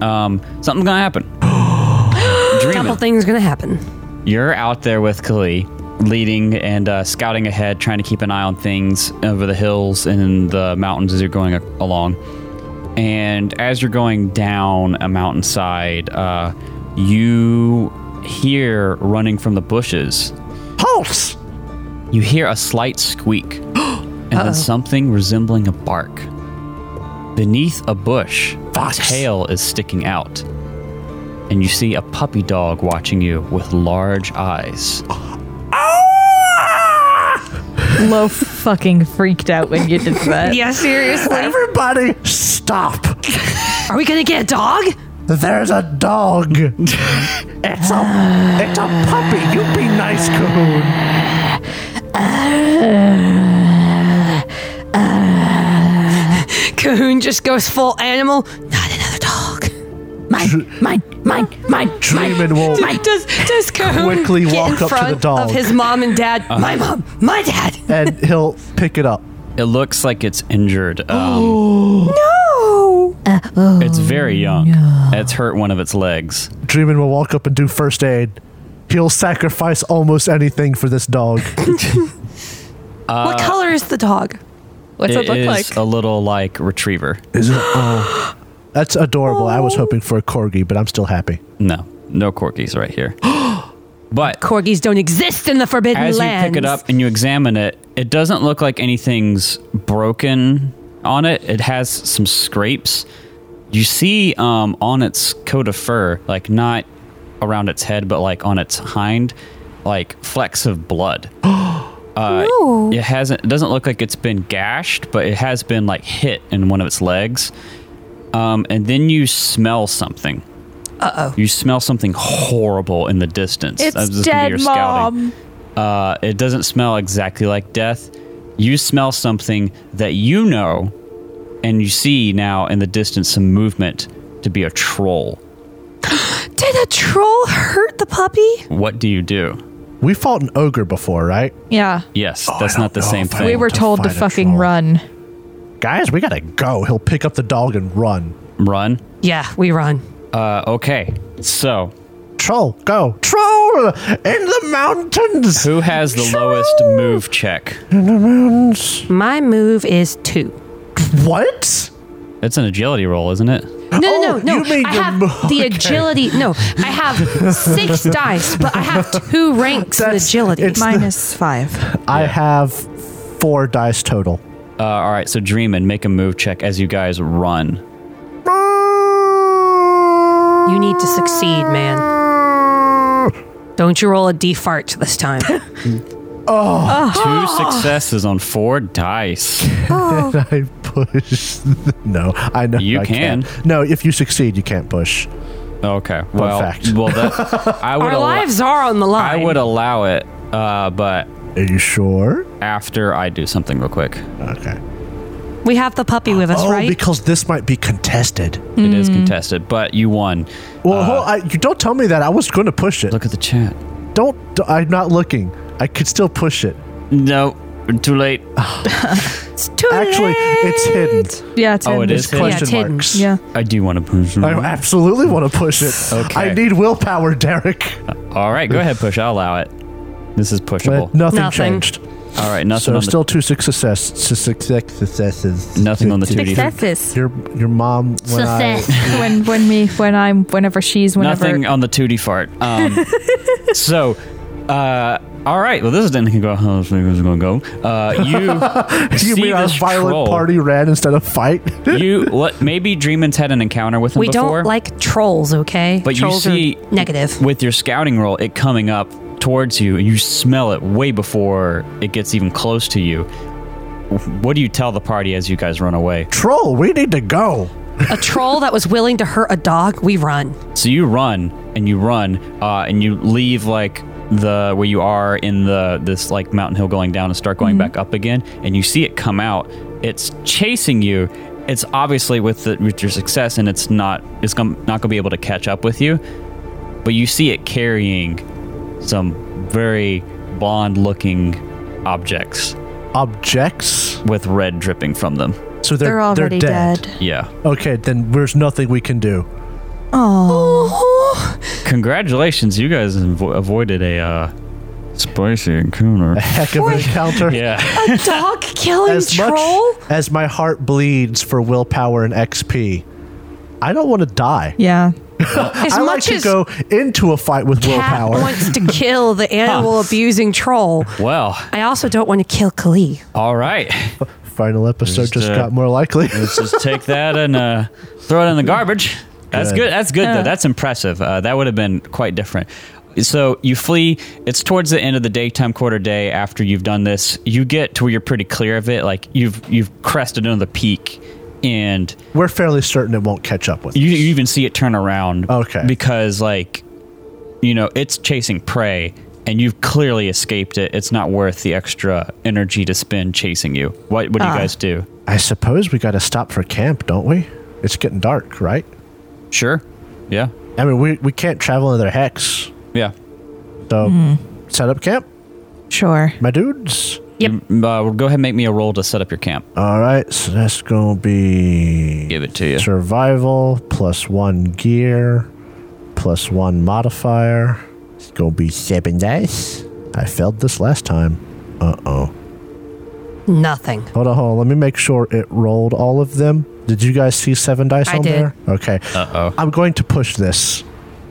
Speaker 2: Um, something's going to happen.
Speaker 4: Couple
Speaker 2: Dreaming.
Speaker 4: things gonna happen.
Speaker 2: You're out there with Kali, leading and uh, scouting ahead, trying to keep an eye on things over the hills and in the mountains as you're going a- along. And as you're going down a mountainside, uh, you hear running from the bushes.
Speaker 3: Pulse!
Speaker 2: You hear a slight squeak, and then something resembling a bark. Beneath a bush, a tail is sticking out, and you see a puppy dog watching you with large eyes.
Speaker 5: Lo fucking freaked out when you did that.
Speaker 4: Yeah, seriously.
Speaker 3: Everybody, stop!
Speaker 4: Are we gonna get a dog?
Speaker 3: There's a dog. it's a it's a puppy. You be nice, Cahoon.
Speaker 4: Cahoon just goes full animal. Not another dog.
Speaker 7: Mine, mine, mine,
Speaker 3: Dreamin' won't
Speaker 4: Does does Cahoon
Speaker 3: Quickly
Speaker 4: get
Speaker 3: walk
Speaker 4: in
Speaker 3: up to the
Speaker 4: front
Speaker 3: dog. Uh-huh.
Speaker 4: of his mom and dad? My mom, my dad.
Speaker 3: and he'll pick it up.
Speaker 2: It looks like it's injured. Um, no! It's very young. It's hurt one of its legs.
Speaker 3: Dreamin' will walk up and do first aid. He'll sacrifice almost anything for this dog.
Speaker 4: what color is the dog?
Speaker 5: What's it, look
Speaker 2: is
Speaker 5: like?
Speaker 2: a little like retriever.
Speaker 3: Isn't it? Oh, that's adorable. I was hoping for a corgi, but I'm still happy.
Speaker 2: No, no corgis right here. but
Speaker 4: Corgis don't exist in the Forbidden
Speaker 2: as
Speaker 4: Lands.
Speaker 2: you pick it up and you examine it, it doesn't look like anything's broken on it. It has some scrapes. You see um, on its coat of fur, like not around its head, but like on its hind, like flecks of blood. Uh,
Speaker 4: No.
Speaker 2: It hasn't. It doesn't look like it's been gashed, but it has been like hit in one of its legs. Um, and then you smell something. Uh oh. You smell something horrible in the distance. That's
Speaker 6: It's
Speaker 2: just gonna be
Speaker 6: dead,
Speaker 2: your scouting.
Speaker 6: mom.
Speaker 2: Uh, it doesn't smell exactly like death. You smell something that you know, and you see now in the distance some movement to be a troll.
Speaker 4: Did a troll hurt the puppy?
Speaker 2: What do you do?
Speaker 3: We fought an ogre before, right?
Speaker 5: yeah.
Speaker 2: Yes,
Speaker 3: Oh, I
Speaker 2: that's
Speaker 3: don't
Speaker 2: not the
Speaker 3: know
Speaker 2: same
Speaker 3: if I
Speaker 2: thing.
Speaker 5: We were
Speaker 3: to
Speaker 5: told to
Speaker 3: fight a
Speaker 5: fucking
Speaker 3: troll.
Speaker 5: run.
Speaker 3: Guys, we gotta go. He'll pick up the dog and run.
Speaker 2: Run.
Speaker 4: Yeah, we run.
Speaker 2: Uh, okay, so
Speaker 3: Troll, go. Troll! In the mountains!
Speaker 2: who has the lowest move check?
Speaker 4: My move is two.
Speaker 3: What?
Speaker 2: It's an agility roll, isn't it?
Speaker 4: No, no,
Speaker 3: Oh,
Speaker 4: no, no.
Speaker 3: you mean
Speaker 4: I
Speaker 3: your
Speaker 4: have
Speaker 3: mo-
Speaker 4: the
Speaker 3: okay.
Speaker 4: agility. No, I have six dice, but I have two ranks in
Speaker 3: That's-
Speaker 4: agility.
Speaker 3: it's-
Speaker 5: Minus five.
Speaker 3: I have four dice total.
Speaker 2: Uh, all right, so dream and make a move check as you guys run.
Speaker 4: you need to succeed, man. Don't you roll a D fart this time.
Speaker 2: Two
Speaker 3: Ah.
Speaker 2: successes on four dice.
Speaker 3: I push. no, I know.
Speaker 2: You
Speaker 3: I can't.
Speaker 2: can.
Speaker 3: No, if you succeed, you can't push.
Speaker 2: Okay. Well,
Speaker 3: fact.
Speaker 2: well, that, I would
Speaker 4: Our
Speaker 2: allow-
Speaker 4: lives are on the
Speaker 2: I
Speaker 4: line.
Speaker 2: would allow it, uh, but
Speaker 3: Are you sure?
Speaker 2: after I do something real quick.
Speaker 3: Okay.
Speaker 4: we have the puppy with us,
Speaker 3: oh,
Speaker 4: right?
Speaker 3: because this might be contested.
Speaker 2: It is
Speaker 4: Mm-hmm.
Speaker 2: contested, but you won.
Speaker 3: Well, hold, I, you don't tell me that. I was going to push it.
Speaker 2: Uh, Look at the chat.
Speaker 3: Don't. d- I'm not looking. I could still push it.
Speaker 2: No, too late.
Speaker 4: it's too
Speaker 3: Actually,
Speaker 4: late.
Speaker 3: it's hidden.
Speaker 5: Yeah, it's
Speaker 2: Oh, it
Speaker 5: in-
Speaker 2: is hidden?
Speaker 4: it's
Speaker 3: Question
Speaker 4: hidden.
Speaker 3: marks.
Speaker 5: Yeah.
Speaker 2: I do want to push.
Speaker 3: I absolutely want to push it.
Speaker 2: Mm-hmm. Okay.
Speaker 3: I need willpower, Derek. Uh,
Speaker 2: All right, go ahead, push. I'll allow it. This is pushable.
Speaker 3: But nothing,
Speaker 4: Nothing.
Speaker 3: changed.
Speaker 2: All right, nothing
Speaker 3: So
Speaker 2: on the
Speaker 3: still two success, su- success, successes.
Speaker 2: Nothing on the 2D.
Speaker 5: Successes.
Speaker 3: Your your mom when I,
Speaker 7: Success.
Speaker 5: when when me when I'm whenever she's whenever
Speaker 2: nothing uh, on the 2D fart. Um, so, uh, all right. Well, this is didn't go how this is going to go. Uh, you
Speaker 3: you
Speaker 2: see
Speaker 3: mean our
Speaker 2: this
Speaker 3: violent
Speaker 2: troll.
Speaker 3: party ran instead of fight?
Speaker 2: You what? Maybe Dreamin's had an encounter with him
Speaker 4: We
Speaker 2: before.
Speaker 4: don't like trolls, okay?
Speaker 2: But you
Speaker 4: trolls
Speaker 2: see-
Speaker 4: are negative.
Speaker 2: with your scouting roll, it coming up towards you, and you smell it way before it gets even close to you. What do you tell the party as you guys run away?
Speaker 3: Troll, we need to go.
Speaker 4: a troll that was willing to hurt a dog, we run.
Speaker 2: So you run and you run, uh, and you leave like the where you are in the this like mountain hill going down and start going back up again, and you see it come out. It's chasing you. It's obviously with the, with your success, and it's not it's gonna, not gonna be able to catch up with you. But you see it carrying some very blonde looking objects
Speaker 3: Objects.
Speaker 2: with red dripping from them.
Speaker 3: So they're
Speaker 5: they're already
Speaker 3: dead.
Speaker 5: dead.
Speaker 2: Yeah.
Speaker 3: Okay, then there's nothing we can do.
Speaker 2: Congratulations, you guys avo- avoided a uh, spicy encounter.
Speaker 3: Heck of an encounter.
Speaker 2: yeah.
Speaker 4: A dog killing
Speaker 3: As
Speaker 4: troll?
Speaker 3: much as my heart bleeds for willpower and XP, I don't want to die.
Speaker 5: Yeah.
Speaker 4: As
Speaker 3: I like
Speaker 4: much
Speaker 3: to
Speaker 4: as
Speaker 3: go into a fight with
Speaker 4: Cat
Speaker 3: willpower.
Speaker 4: wants to kill the animal abusing troll.
Speaker 2: Well,
Speaker 4: I also don't want to kill Kali.
Speaker 2: all right.
Speaker 3: Final episode
Speaker 2: Just,
Speaker 3: just,
Speaker 2: uh,
Speaker 3: got more likely.
Speaker 2: Let's just take that and uh, throw it in the garbage. That's
Speaker 3: Good.
Speaker 2: good. That's good, though. That's impressive. Uh, that would have been quite different. So you flee. It's towards the end of the daytime quarter day after you've done this. You get to where you're pretty clear of it. Like you've you've crested another peak, and
Speaker 3: We're fairly certain it won't catch up with.
Speaker 2: you,
Speaker 3: us.
Speaker 2: you even see it turn around.
Speaker 3: Okay.
Speaker 2: Because like, you know, it's chasing prey, and you've clearly escaped it. It's not worth the extra energy to spend chasing you. What what do you guys do?
Speaker 3: I suppose we got to stop for camp, don't we? It's getting dark, right?
Speaker 2: Sure. Yeah.
Speaker 3: I mean, we, we can't travel another hex.
Speaker 2: Yeah.
Speaker 3: So
Speaker 4: Hmm.
Speaker 3: set up camp,
Speaker 5: Sure.
Speaker 3: my dudes.
Speaker 2: Uh, go ahead and make me a roll to set up your camp.
Speaker 3: All right, so that's going to be
Speaker 2: Give it to you.
Speaker 3: survival plus one gear plus one modifier. It's going to be seven dice. I failed this last time. Uh oh.
Speaker 4: Nothing.
Speaker 3: Hold on, hold on. Let me make sure it rolled all of them. Did you guys see seven dice
Speaker 4: I
Speaker 3: on
Speaker 4: did.
Speaker 3: there? Okay. Uh oh. I'm going to push this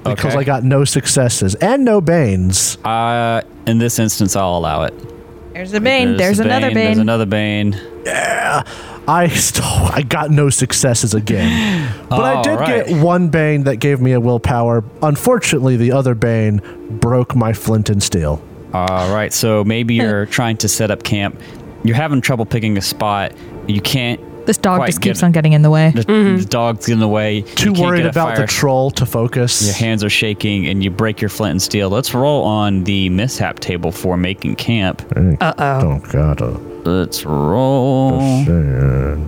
Speaker 3: because
Speaker 2: Okay.
Speaker 3: I got no successes and no banes.
Speaker 2: Uh, in this instance, I'll allow it.
Speaker 5: There's a bane. There's,
Speaker 2: a
Speaker 5: another bane.
Speaker 2: There's another bane.
Speaker 3: I still I got no successes again. But I did
Speaker 2: Alright.
Speaker 3: get one bane that gave me a willpower. Unfortunately, the other bane broke my flint and steel.
Speaker 2: All right, so maybe you're trying to set up camp. You're having trouble picking a spot. You can't.
Speaker 5: this dog
Speaker 2: quite
Speaker 5: just
Speaker 2: get
Speaker 5: keeps
Speaker 2: it.
Speaker 5: on getting in the way.
Speaker 2: The, the dog's in the way.
Speaker 3: Too worried about the
Speaker 2: troll.
Speaker 3: troll to focus.
Speaker 2: Your hands are shaking, and you break your flint and steel. Let's roll on the mishap table for making camp.
Speaker 3: Oh god. uh,
Speaker 2: Let's
Speaker 3: Oh,
Speaker 2: roll.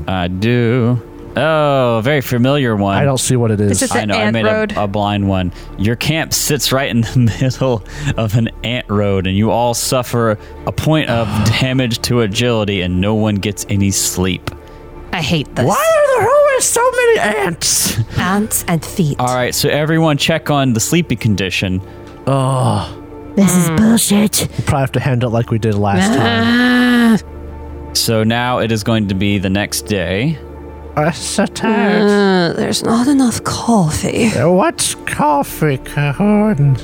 Speaker 2: I do. Oh, very familiar one.
Speaker 3: I don't see what it is.
Speaker 5: This is-
Speaker 2: I know. I
Speaker 5: Ant
Speaker 2: made a,
Speaker 5: road.
Speaker 2: a blind one. Your camp sits right in the middle of an ant road, and you all suffer a point of damage to agility, and no one gets any sleep.
Speaker 4: I hate this.
Speaker 3: are there always so many ants?
Speaker 4: Ants and feet.
Speaker 2: All right, so everyone, check on the sleepy condition.
Speaker 7: This
Speaker 4: Mm.
Speaker 7: is bullshit.
Speaker 3: We'll probably have to handle it like we did last time.
Speaker 2: So now it is going to be the next day.
Speaker 3: I'm so tired.
Speaker 4: Uh, there's not enough coffee.
Speaker 3: Uh, What's coffee, Cajon?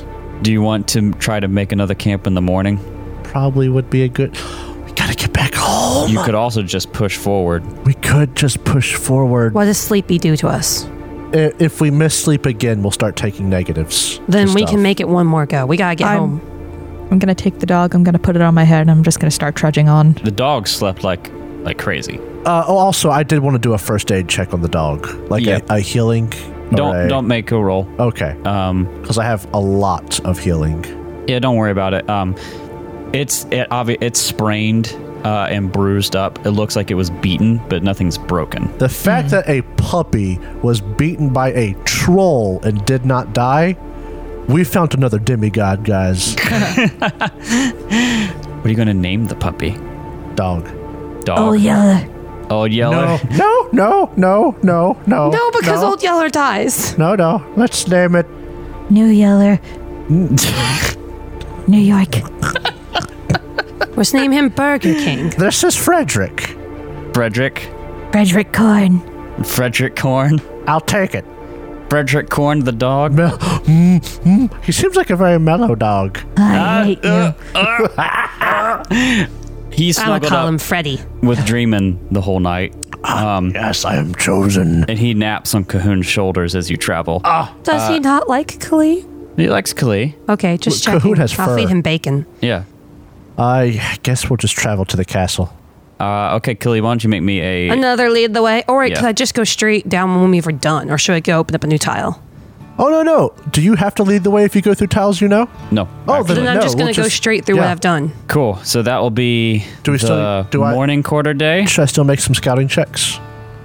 Speaker 2: Do you want to try to make another camp in the morning?
Speaker 3: Probably would be a good. We gotta get back home.
Speaker 2: You could also just push forward.
Speaker 3: we could just push forward.
Speaker 4: What does sleepy do to us?
Speaker 3: I- If we miss sleep again, we'll start taking negatives.
Speaker 4: Then
Speaker 3: to
Speaker 4: we
Speaker 3: stuff.
Speaker 4: can make it one more go. We gotta get
Speaker 5: I'm-
Speaker 4: home.
Speaker 5: I'm gonna take the dog. I'm gonna put it on my head, and I'm just gonna start trudging on.
Speaker 2: The dog slept like like crazy.
Speaker 3: Uh, oh, also, I did want to do a first aid check on the dog, like
Speaker 2: Yeah.
Speaker 3: a, a healing.
Speaker 2: Don't
Speaker 3: or a-
Speaker 2: don't make a roll.
Speaker 3: Okay,
Speaker 2: Um,
Speaker 3: because I have a lot of healing.
Speaker 2: Yeah, don't worry about it. Um, it's it obvi- it's sprained uh, and bruised up. It looks like it was beaten, but nothing's broken.
Speaker 3: The fact
Speaker 4: Hmm.
Speaker 3: that a puppy was beaten by a troll and did not die, we found another demigod, guys.
Speaker 2: What are you gonna name the puppy?
Speaker 3: Dog.
Speaker 2: Dog.
Speaker 7: Oh, yeah.
Speaker 2: Old Yeller.
Speaker 3: No, no, no, no, no.
Speaker 4: No, because
Speaker 3: no,
Speaker 4: old Yeller dies.
Speaker 3: No, no. Let's name it.
Speaker 7: New Yeller. New York.
Speaker 4: Let's name him Burger King.
Speaker 3: This is Frederick.
Speaker 2: Frederick.
Speaker 7: Frederick Corn.
Speaker 2: Frederick Corn.
Speaker 3: I'll take it.
Speaker 2: Frederick Corn, the dog.
Speaker 3: Mel- mm, mm. He seems like a very mellow dog.
Speaker 7: I hate you.
Speaker 2: He
Speaker 4: I'm gonna
Speaker 2: snuggled
Speaker 4: call
Speaker 2: up
Speaker 4: him Freddy.
Speaker 2: with Dreamin' the whole night,
Speaker 3: Yes, I am chosen.
Speaker 2: and he naps on Cahoon's shoulders as you travel.
Speaker 3: Ah.
Speaker 4: Does he not like Kali?
Speaker 2: he likes Kali.
Speaker 4: Uh, Okay, just
Speaker 3: Well,
Speaker 4: checking.
Speaker 3: Cahoon has
Speaker 4: I'll feed
Speaker 3: fur.
Speaker 4: him bacon.
Speaker 2: Yeah.
Speaker 3: I guess we'll just travel to the castle.
Speaker 2: Uh, okay, Kali, why don't you make me a?
Speaker 4: Another lead the way, or it
Speaker 2: Yeah.
Speaker 4: could I just go straight down when we've done, or should I go open up a new tile?
Speaker 3: Oh no no! Do you have to lead the way if you go through tiles? You know.
Speaker 2: no.
Speaker 3: Oh,
Speaker 2: actually.
Speaker 3: the-
Speaker 4: Then I'm
Speaker 3: no,
Speaker 4: just gonna
Speaker 3: we'll
Speaker 4: go
Speaker 3: just-
Speaker 4: straight through what
Speaker 3: yeah.
Speaker 4: I've done.
Speaker 2: cool. So that will be
Speaker 3: Do we
Speaker 2: the
Speaker 3: still- do I-
Speaker 2: morning quarter day.
Speaker 3: Should I still make some scouting checks?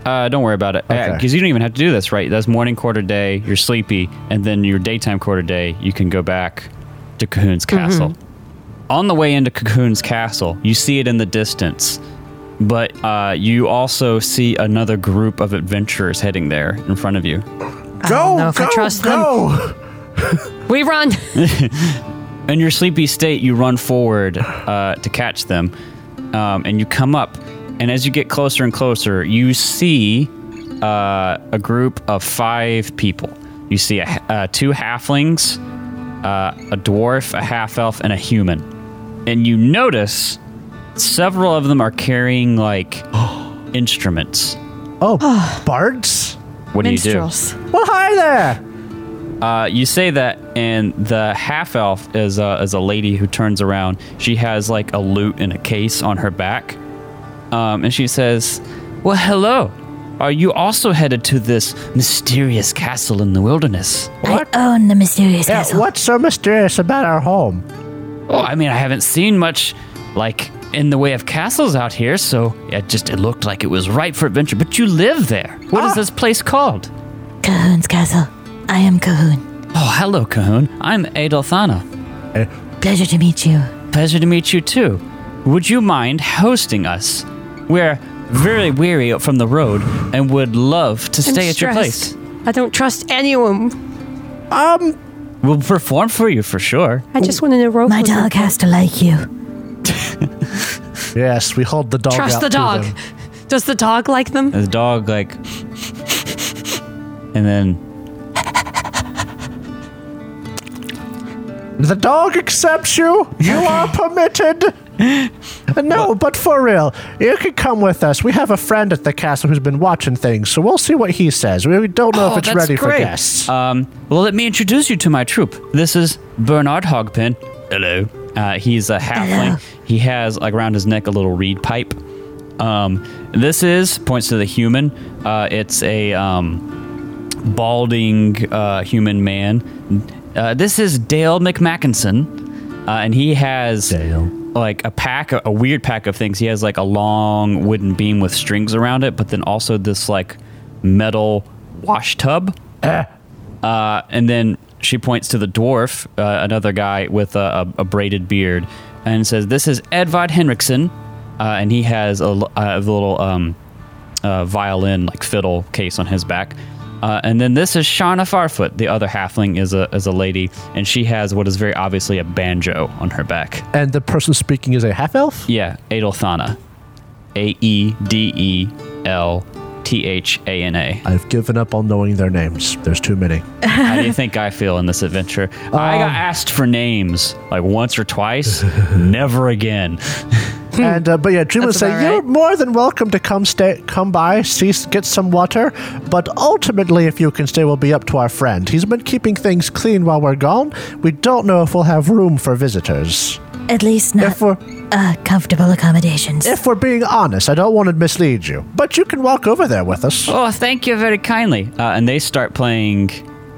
Speaker 2: Uh, don't worry about it. Because
Speaker 3: Okay.
Speaker 2: you don't even have to do this, right? That's morning quarter day, you're sleepy, and then your daytime quarter day, you can go back to Cahoon's Castle. On the way into Cahoon's Castle, you see it in the distance, but uh, you also see another group of adventurers heading there in front of you.
Speaker 4: I don't know if I trust them. We run.
Speaker 2: In your sleepy state, you run forward uh, to catch them, um, and you come up. And as you get closer and closer, you see uh, a group of five people. You see a, ha- uh, two halflings, uh, a dwarf, a half elf, and a human. And you notice several of them are carrying like instruments.
Speaker 3: Oh, bards.
Speaker 2: What
Speaker 5: Minstrels.
Speaker 3: Well, hi there.
Speaker 2: do you do? Uh, you say that, and the half elf is a, is a lady who turns around. She has like a lute in a case on her back. um, and she says, Well, hello. Are you also headed to this mysterious castle in the wilderness?
Speaker 7: I own the mysterious
Speaker 3: Yeah,
Speaker 7: castle.
Speaker 3: what's so mysterious about our home?
Speaker 2: Oh, I mean, I haven't seen much like in the way of castles out here, so it just it looked like it was ripe for adventure. But you live there. What is this place called?
Speaker 7: Cahoon's castle. I am Cahoon.
Speaker 2: Oh, hello, Cahoon. I'm Adolthana.
Speaker 7: Pleasure to meet you.
Speaker 2: Pleasure to meet you too. Would you mind hosting us? We're very weary from the road and would love to
Speaker 4: I'm
Speaker 2: stay at your
Speaker 4: stressed.
Speaker 2: place.
Speaker 4: I don't trust anyone.
Speaker 2: We'll perform for you for sure.
Speaker 4: I just want to know.
Speaker 7: My dog has to like you.
Speaker 3: Yes, we hold the dog.
Speaker 4: Trust
Speaker 3: out
Speaker 4: the
Speaker 3: to
Speaker 4: dog.
Speaker 3: them.
Speaker 4: Does the dog like them?
Speaker 2: And the dog like, and then
Speaker 3: The dog accepts you. You are permitted. No, but for real, you can come with us. We have a friend at the castle who's been watching things, so we'll see what he says. We don't
Speaker 4: Oh,
Speaker 3: know if it's ready for guests.
Speaker 2: Um, well, let me introduce you to my troop. This is Bernard Hogpin. Hello. Uh, he's a halfling. He has like around his neck a little reed pipe. Um, this is points to the human. Uh, it's a um, balding uh, human man. Uh, this is Dale McMackinson, uh, and he has like a pack, a weird pack of things. He has like a long wooden beam with strings around it, but then also this like metal wash tub. Uh, and then she points to the dwarf, uh, another guy with a, a, a braided beard, and says, "This is Edvard Henriksen," uh, and he has a, l- a little um, uh, violin, like fiddle case on his back. Uh, and then this is Shauna Farfoot. The other halfling is a is a lady, and she has what is very obviously a banjo on her back.
Speaker 3: And the person speaking is a half elf?
Speaker 2: Yeah, Adelthana, A E D E L T H A N A.
Speaker 3: I've given up on knowing their names. There's too many.
Speaker 2: How do you think I feel in this adventure? I got asked for names like once or twice, never again.
Speaker 3: and uh, but yeah, Jim would
Speaker 5: Hmm. That's
Speaker 3: say
Speaker 5: about
Speaker 3: you're
Speaker 5: right.
Speaker 3: more than welcome to come stay, come by, see, get some water. But ultimately, if you can stay, will be up to our friend. He's been keeping things clean while we're gone. We don't know if we'll have room for visitors.
Speaker 7: At least not
Speaker 3: If we're
Speaker 7: uh, comfortable accommodations.
Speaker 3: if we're being honest, I don't want to mislead you. But you can walk over there with us.
Speaker 2: Oh, thank you very kindly. Uh, and they start playing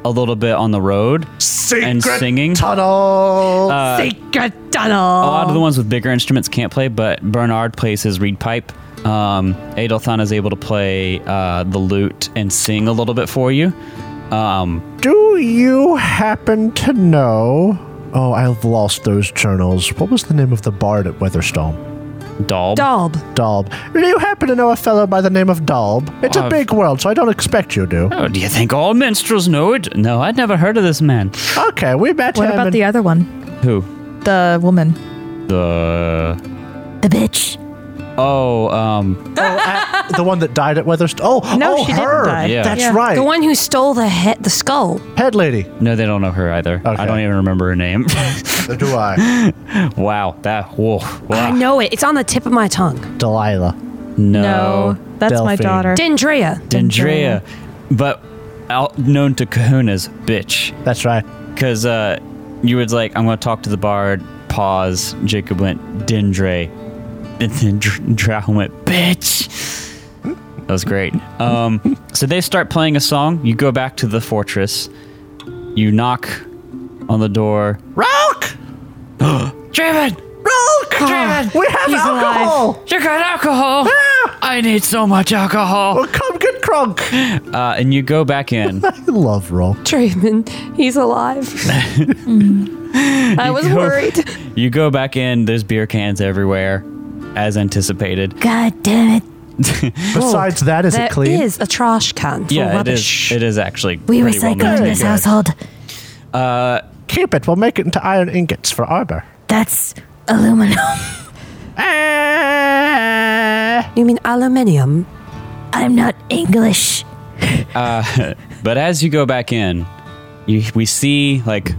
Speaker 2: a little bit on the road and singing.
Speaker 3: Tunnel.
Speaker 4: Secret
Speaker 2: a
Speaker 4: tunnel.
Speaker 2: lot of the ones with bigger instruments can't play, but Bernard plays his reed pipe. Um, Adelthana is able to play uh, the lute and sing a little bit for you. Um,
Speaker 3: Do you happen to know? Oh, I've lost those journals. What was the name of the bard at Weatherstone?
Speaker 2: Dahl.
Speaker 4: Daub.
Speaker 3: Dalb. Do you happen to know a fellow by the name of Dalb? It's a
Speaker 2: I've-
Speaker 3: big world, so I don't expect you do.
Speaker 2: Oh, do you think all minstrels know it? No, I'd never heard of this man.
Speaker 3: Okay, we met
Speaker 5: What
Speaker 3: him.
Speaker 5: about
Speaker 3: and-
Speaker 5: the other one?
Speaker 2: Who?
Speaker 5: The woman.
Speaker 2: The.
Speaker 7: The bitch.
Speaker 2: Oh, um,
Speaker 3: the one that died at Weatherstone? Oh,
Speaker 5: No,
Speaker 3: oh,
Speaker 5: she didn't
Speaker 3: her.
Speaker 5: die.
Speaker 2: Yeah.
Speaker 3: That's
Speaker 5: Yeah.
Speaker 3: right.
Speaker 4: The one who stole the he- the skull.
Speaker 3: Head lady.
Speaker 2: no, they don't know her either.
Speaker 3: Okay.
Speaker 2: I don't even remember her name.
Speaker 3: Or do I?
Speaker 2: wow, that whoa,
Speaker 4: I
Speaker 2: wow.
Speaker 4: know it. It's on the tip of my tongue.
Speaker 3: Delilah.
Speaker 2: no,
Speaker 5: that's my
Speaker 3: Delphine.
Speaker 5: daughter.
Speaker 4: Dendrea.
Speaker 2: Dendrea, but out known to Kahuna's bitch,
Speaker 3: That's right.
Speaker 2: because uh, you was like, I'm gonna talk to the bard. Pause. Jacob went Dendre, and then Dr- Drow went bitch. That was great. Um, so they start playing a song. You go back to the fortress. You knock on the door.
Speaker 3: Roke!
Speaker 8: Draven,
Speaker 3: Roke!
Speaker 5: Oh,
Speaker 8: Draven,
Speaker 3: We have alcohol!
Speaker 8: you got alcohol.
Speaker 3: Ah!
Speaker 8: I need so much alcohol.
Speaker 3: Well, come get Kronk.
Speaker 2: Uh, and you go back in.
Speaker 3: I love Roke.
Speaker 4: Draven. He's alive. Mm. I was
Speaker 2: go-
Speaker 4: worried.
Speaker 2: You go back in, there's beer cans everywhere, as anticipated.
Speaker 7: God damn it.
Speaker 3: Besides that, is
Speaker 4: There
Speaker 3: it clean?
Speaker 4: is a trash can for
Speaker 2: yeah, it
Speaker 4: rubbish.
Speaker 2: is. It is actually.
Speaker 7: We
Speaker 2: pretty well
Speaker 7: recycle in
Speaker 2: maintained.
Speaker 7: this household.
Speaker 3: Keep it. We'll make it into iron ingots for Arbor.
Speaker 7: That's aluminum.
Speaker 5: Ah.
Speaker 4: You mean aluminium?
Speaker 7: I'm not English.
Speaker 2: But as you go back in, you, we see like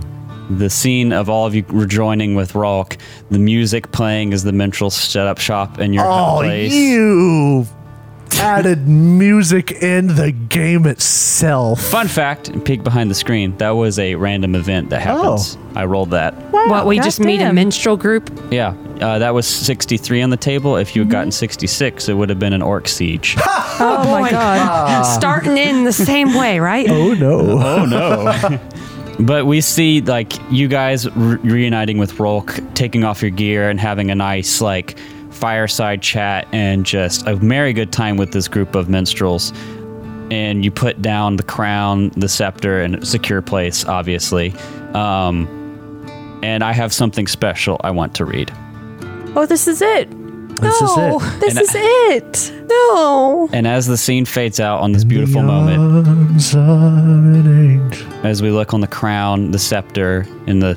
Speaker 2: the scene of all of you rejoining with Rolk, the music playing as the minstrels set up shop in your
Speaker 3: Oh,
Speaker 2: place.
Speaker 3: you added music in the game itself.
Speaker 2: Fun fact, peek behind the screen, that was a random event
Speaker 3: Oh.
Speaker 2: that happens. I rolled that.
Speaker 4: what we
Speaker 5: God
Speaker 4: just meet a
Speaker 5: damn.
Speaker 4: minstrel group.
Speaker 2: Yeah, uh, that was 63 on the table. If you had gotten 66, it would have been an orc siege.
Speaker 5: Oh, my god.
Speaker 4: Starting in the same way, right?
Speaker 3: Oh no.
Speaker 2: Oh no. but we see like you guys re- reuniting with Rolk, taking off your gear and having a nice like fireside chat and just a merry good time with this group of minstrels. And you put down the crown, the scepter, in a secure place, obviously. Um, and I have something special I want to read.
Speaker 5: Oh, this is it.
Speaker 3: This is
Speaker 5: no,
Speaker 3: it.
Speaker 5: this
Speaker 2: And
Speaker 5: is it. No.
Speaker 2: And as the scene fades out on this beautiful moment, as we look on the crown, the scepter, and the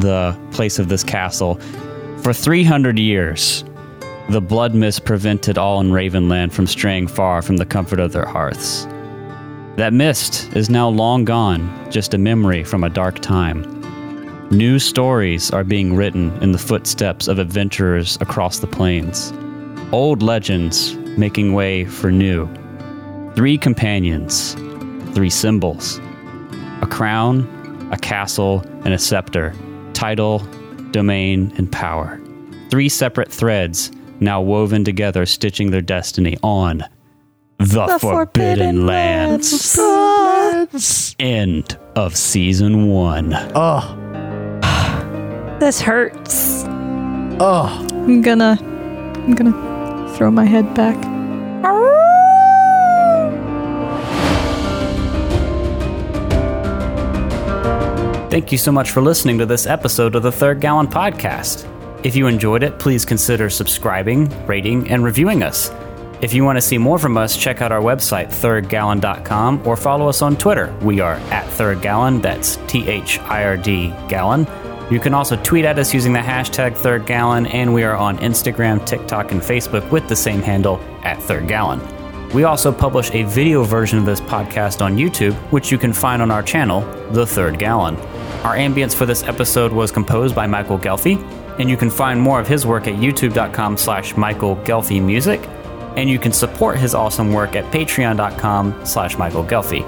Speaker 2: the place of this castle, for 300 years, The blood mist prevented all in Ravenland from straying far from the comfort of their hearths. That mist is now long gone, just a memory from a dark time. New stories are being written in the footsteps of adventurers across the plains. Old legends making way for new. Three companions, three symbols a crown, a castle, and a scepter, title, domain, and power. Three separate threads now woven together, stitching their destiny on the, Forbidden, Lands. End of season one.
Speaker 3: Ah,
Speaker 4: This hurts.
Speaker 3: Oh,
Speaker 5: I'm gonna, I'm gonna throw my head back.
Speaker 9: Thank you so much for listening to this episode of the Third Gallon Podcast. If you enjoyed it, please consider subscribing, rating, and reviewing us. If you want to see more from us, check out our website, thirdgallon.com, or follow us on Twitter. We are at Third Gallon, that's T H I R D Gallon. You can also tweet at us using the hashtag Third Gallon, and we are on Instagram, TikTok, and Facebook with the same handle, at Third Gallon. We also publish a video version of this podcast on YouTube, which you can find on our channel, The Third Gallon. Our ambience for this episode was composed by Michael Gelfi, and you can find more of his work at youtube.com slash Michael Gelfi Music, and you can support his awesome work at patreon.com slash Michael Gelfi.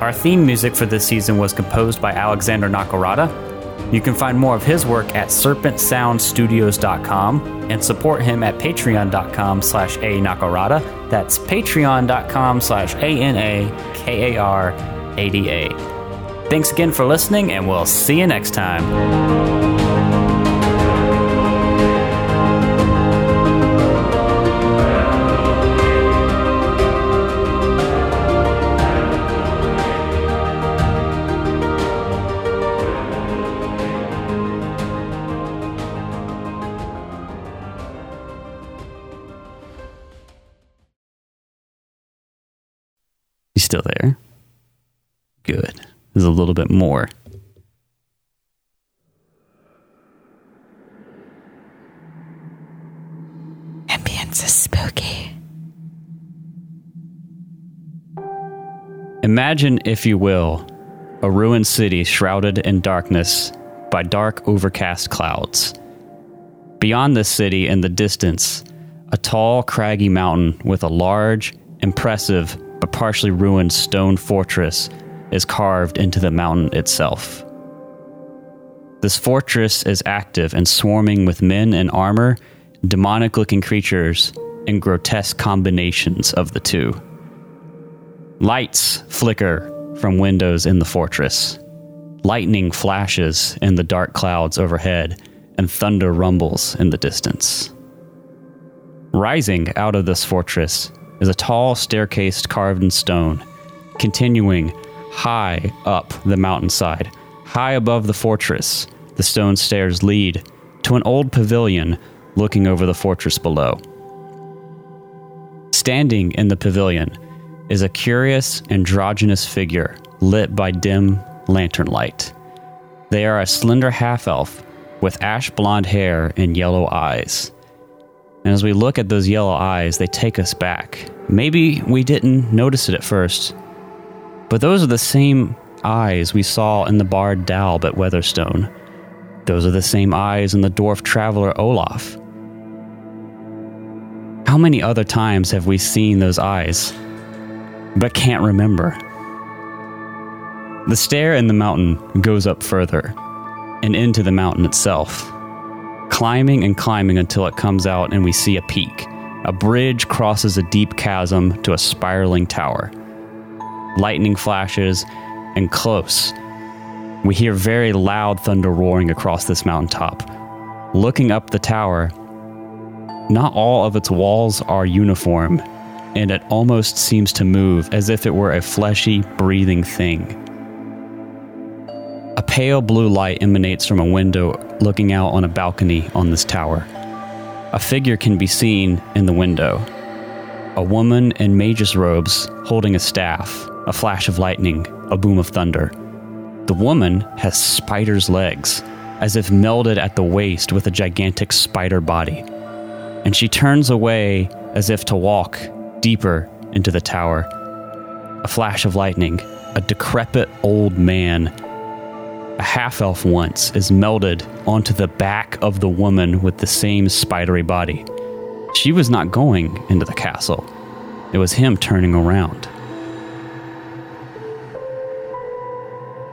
Speaker 9: Our theme music for this season was composed by Alexander Nakarada, you can find more of his work at serpentsoundstudios.com and support him at patreon.com slash a nakarada. That's patreon.com slash A-N-A-K-A-R-A-D-A. Thanks again for listening, and we'll see you next time.
Speaker 2: You still there? Good. There's a little bit more.
Speaker 7: Ambience is spooky.
Speaker 2: Imagine, if you will, a ruined city shrouded in darkness by dark, overcast clouds. Beyond this city, in the distance, a tall, craggy mountain with a large, impressive, but partially ruined stone fortress is carved into the mountain itself. This fortress is active and swarming with men in armor, demonic looking creatures, and grotesque combinations of the two. Lights flicker from windows in the fortress. Lightning flashes in the dark clouds overhead, and thunder rumbles in the distance. Rising out of this fortress is a tall staircase carved in stone, continuing high up the mountainside. High above the fortress, the stone stairs lead to an old pavilion looking over the fortress below. Standing in the pavilion is a curious, androgynous figure lit by dim lantern light. They are a slender half elf with ash blonde hair and yellow eyes. And as we look at those yellow eyes, they take us back. Maybe we didn't notice it at first, but those are the same eyes we saw in the bard Dalb at Weatherstone. Those are the same eyes in the dwarf traveler Olaf. How many other times have we seen those eyes, but can't remember? The stair in the mountain goes up further and into the mountain itself climbing and climbing until it comes out and we see a peak. A bridge crosses a deep chasm to a spiraling tower. Lightning flashes, and close, we hear very loud thunder roaring across this mountaintop. Looking up the tower, not all of its walls are uniform, and it almost seems to move as if it were a fleshy, breathing thing. A pale blue light emanates from a window looking out on a balcony on this tower. A figure can be seen in the window. A woman in mage's robes holding a staff, a flash of lightning, a boom of thunder. The woman has spider's legs, as if melded at the waist with a gigantic spider body. and she turns away as if to walk deeper into the tower. A flash of lightning, a decrepit old man, a half elf once, is melded onto the back of the woman with the same spidery body. She was not going into the castle, it was him turning around.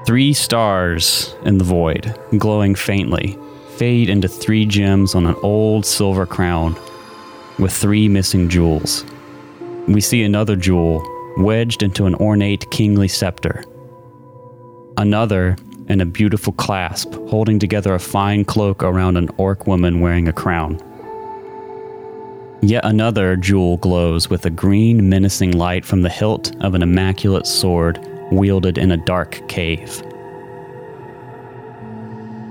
Speaker 2: Three stars in the void, glowing faintly, fade into three gems on an old silver crown with three missing jewels. We see another jewel wedged into an ornate kingly scepter, another in a beautiful clasp holding together a fine cloak around an orc woman wearing a crown. Yet another jewel glows with a green, menacing light from the hilt of an immaculate sword wielded in a dark cave.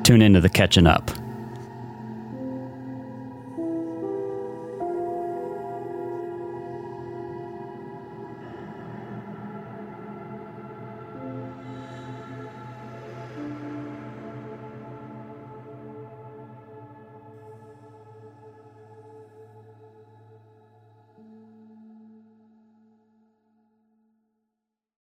Speaker 2: Tune into the catching up.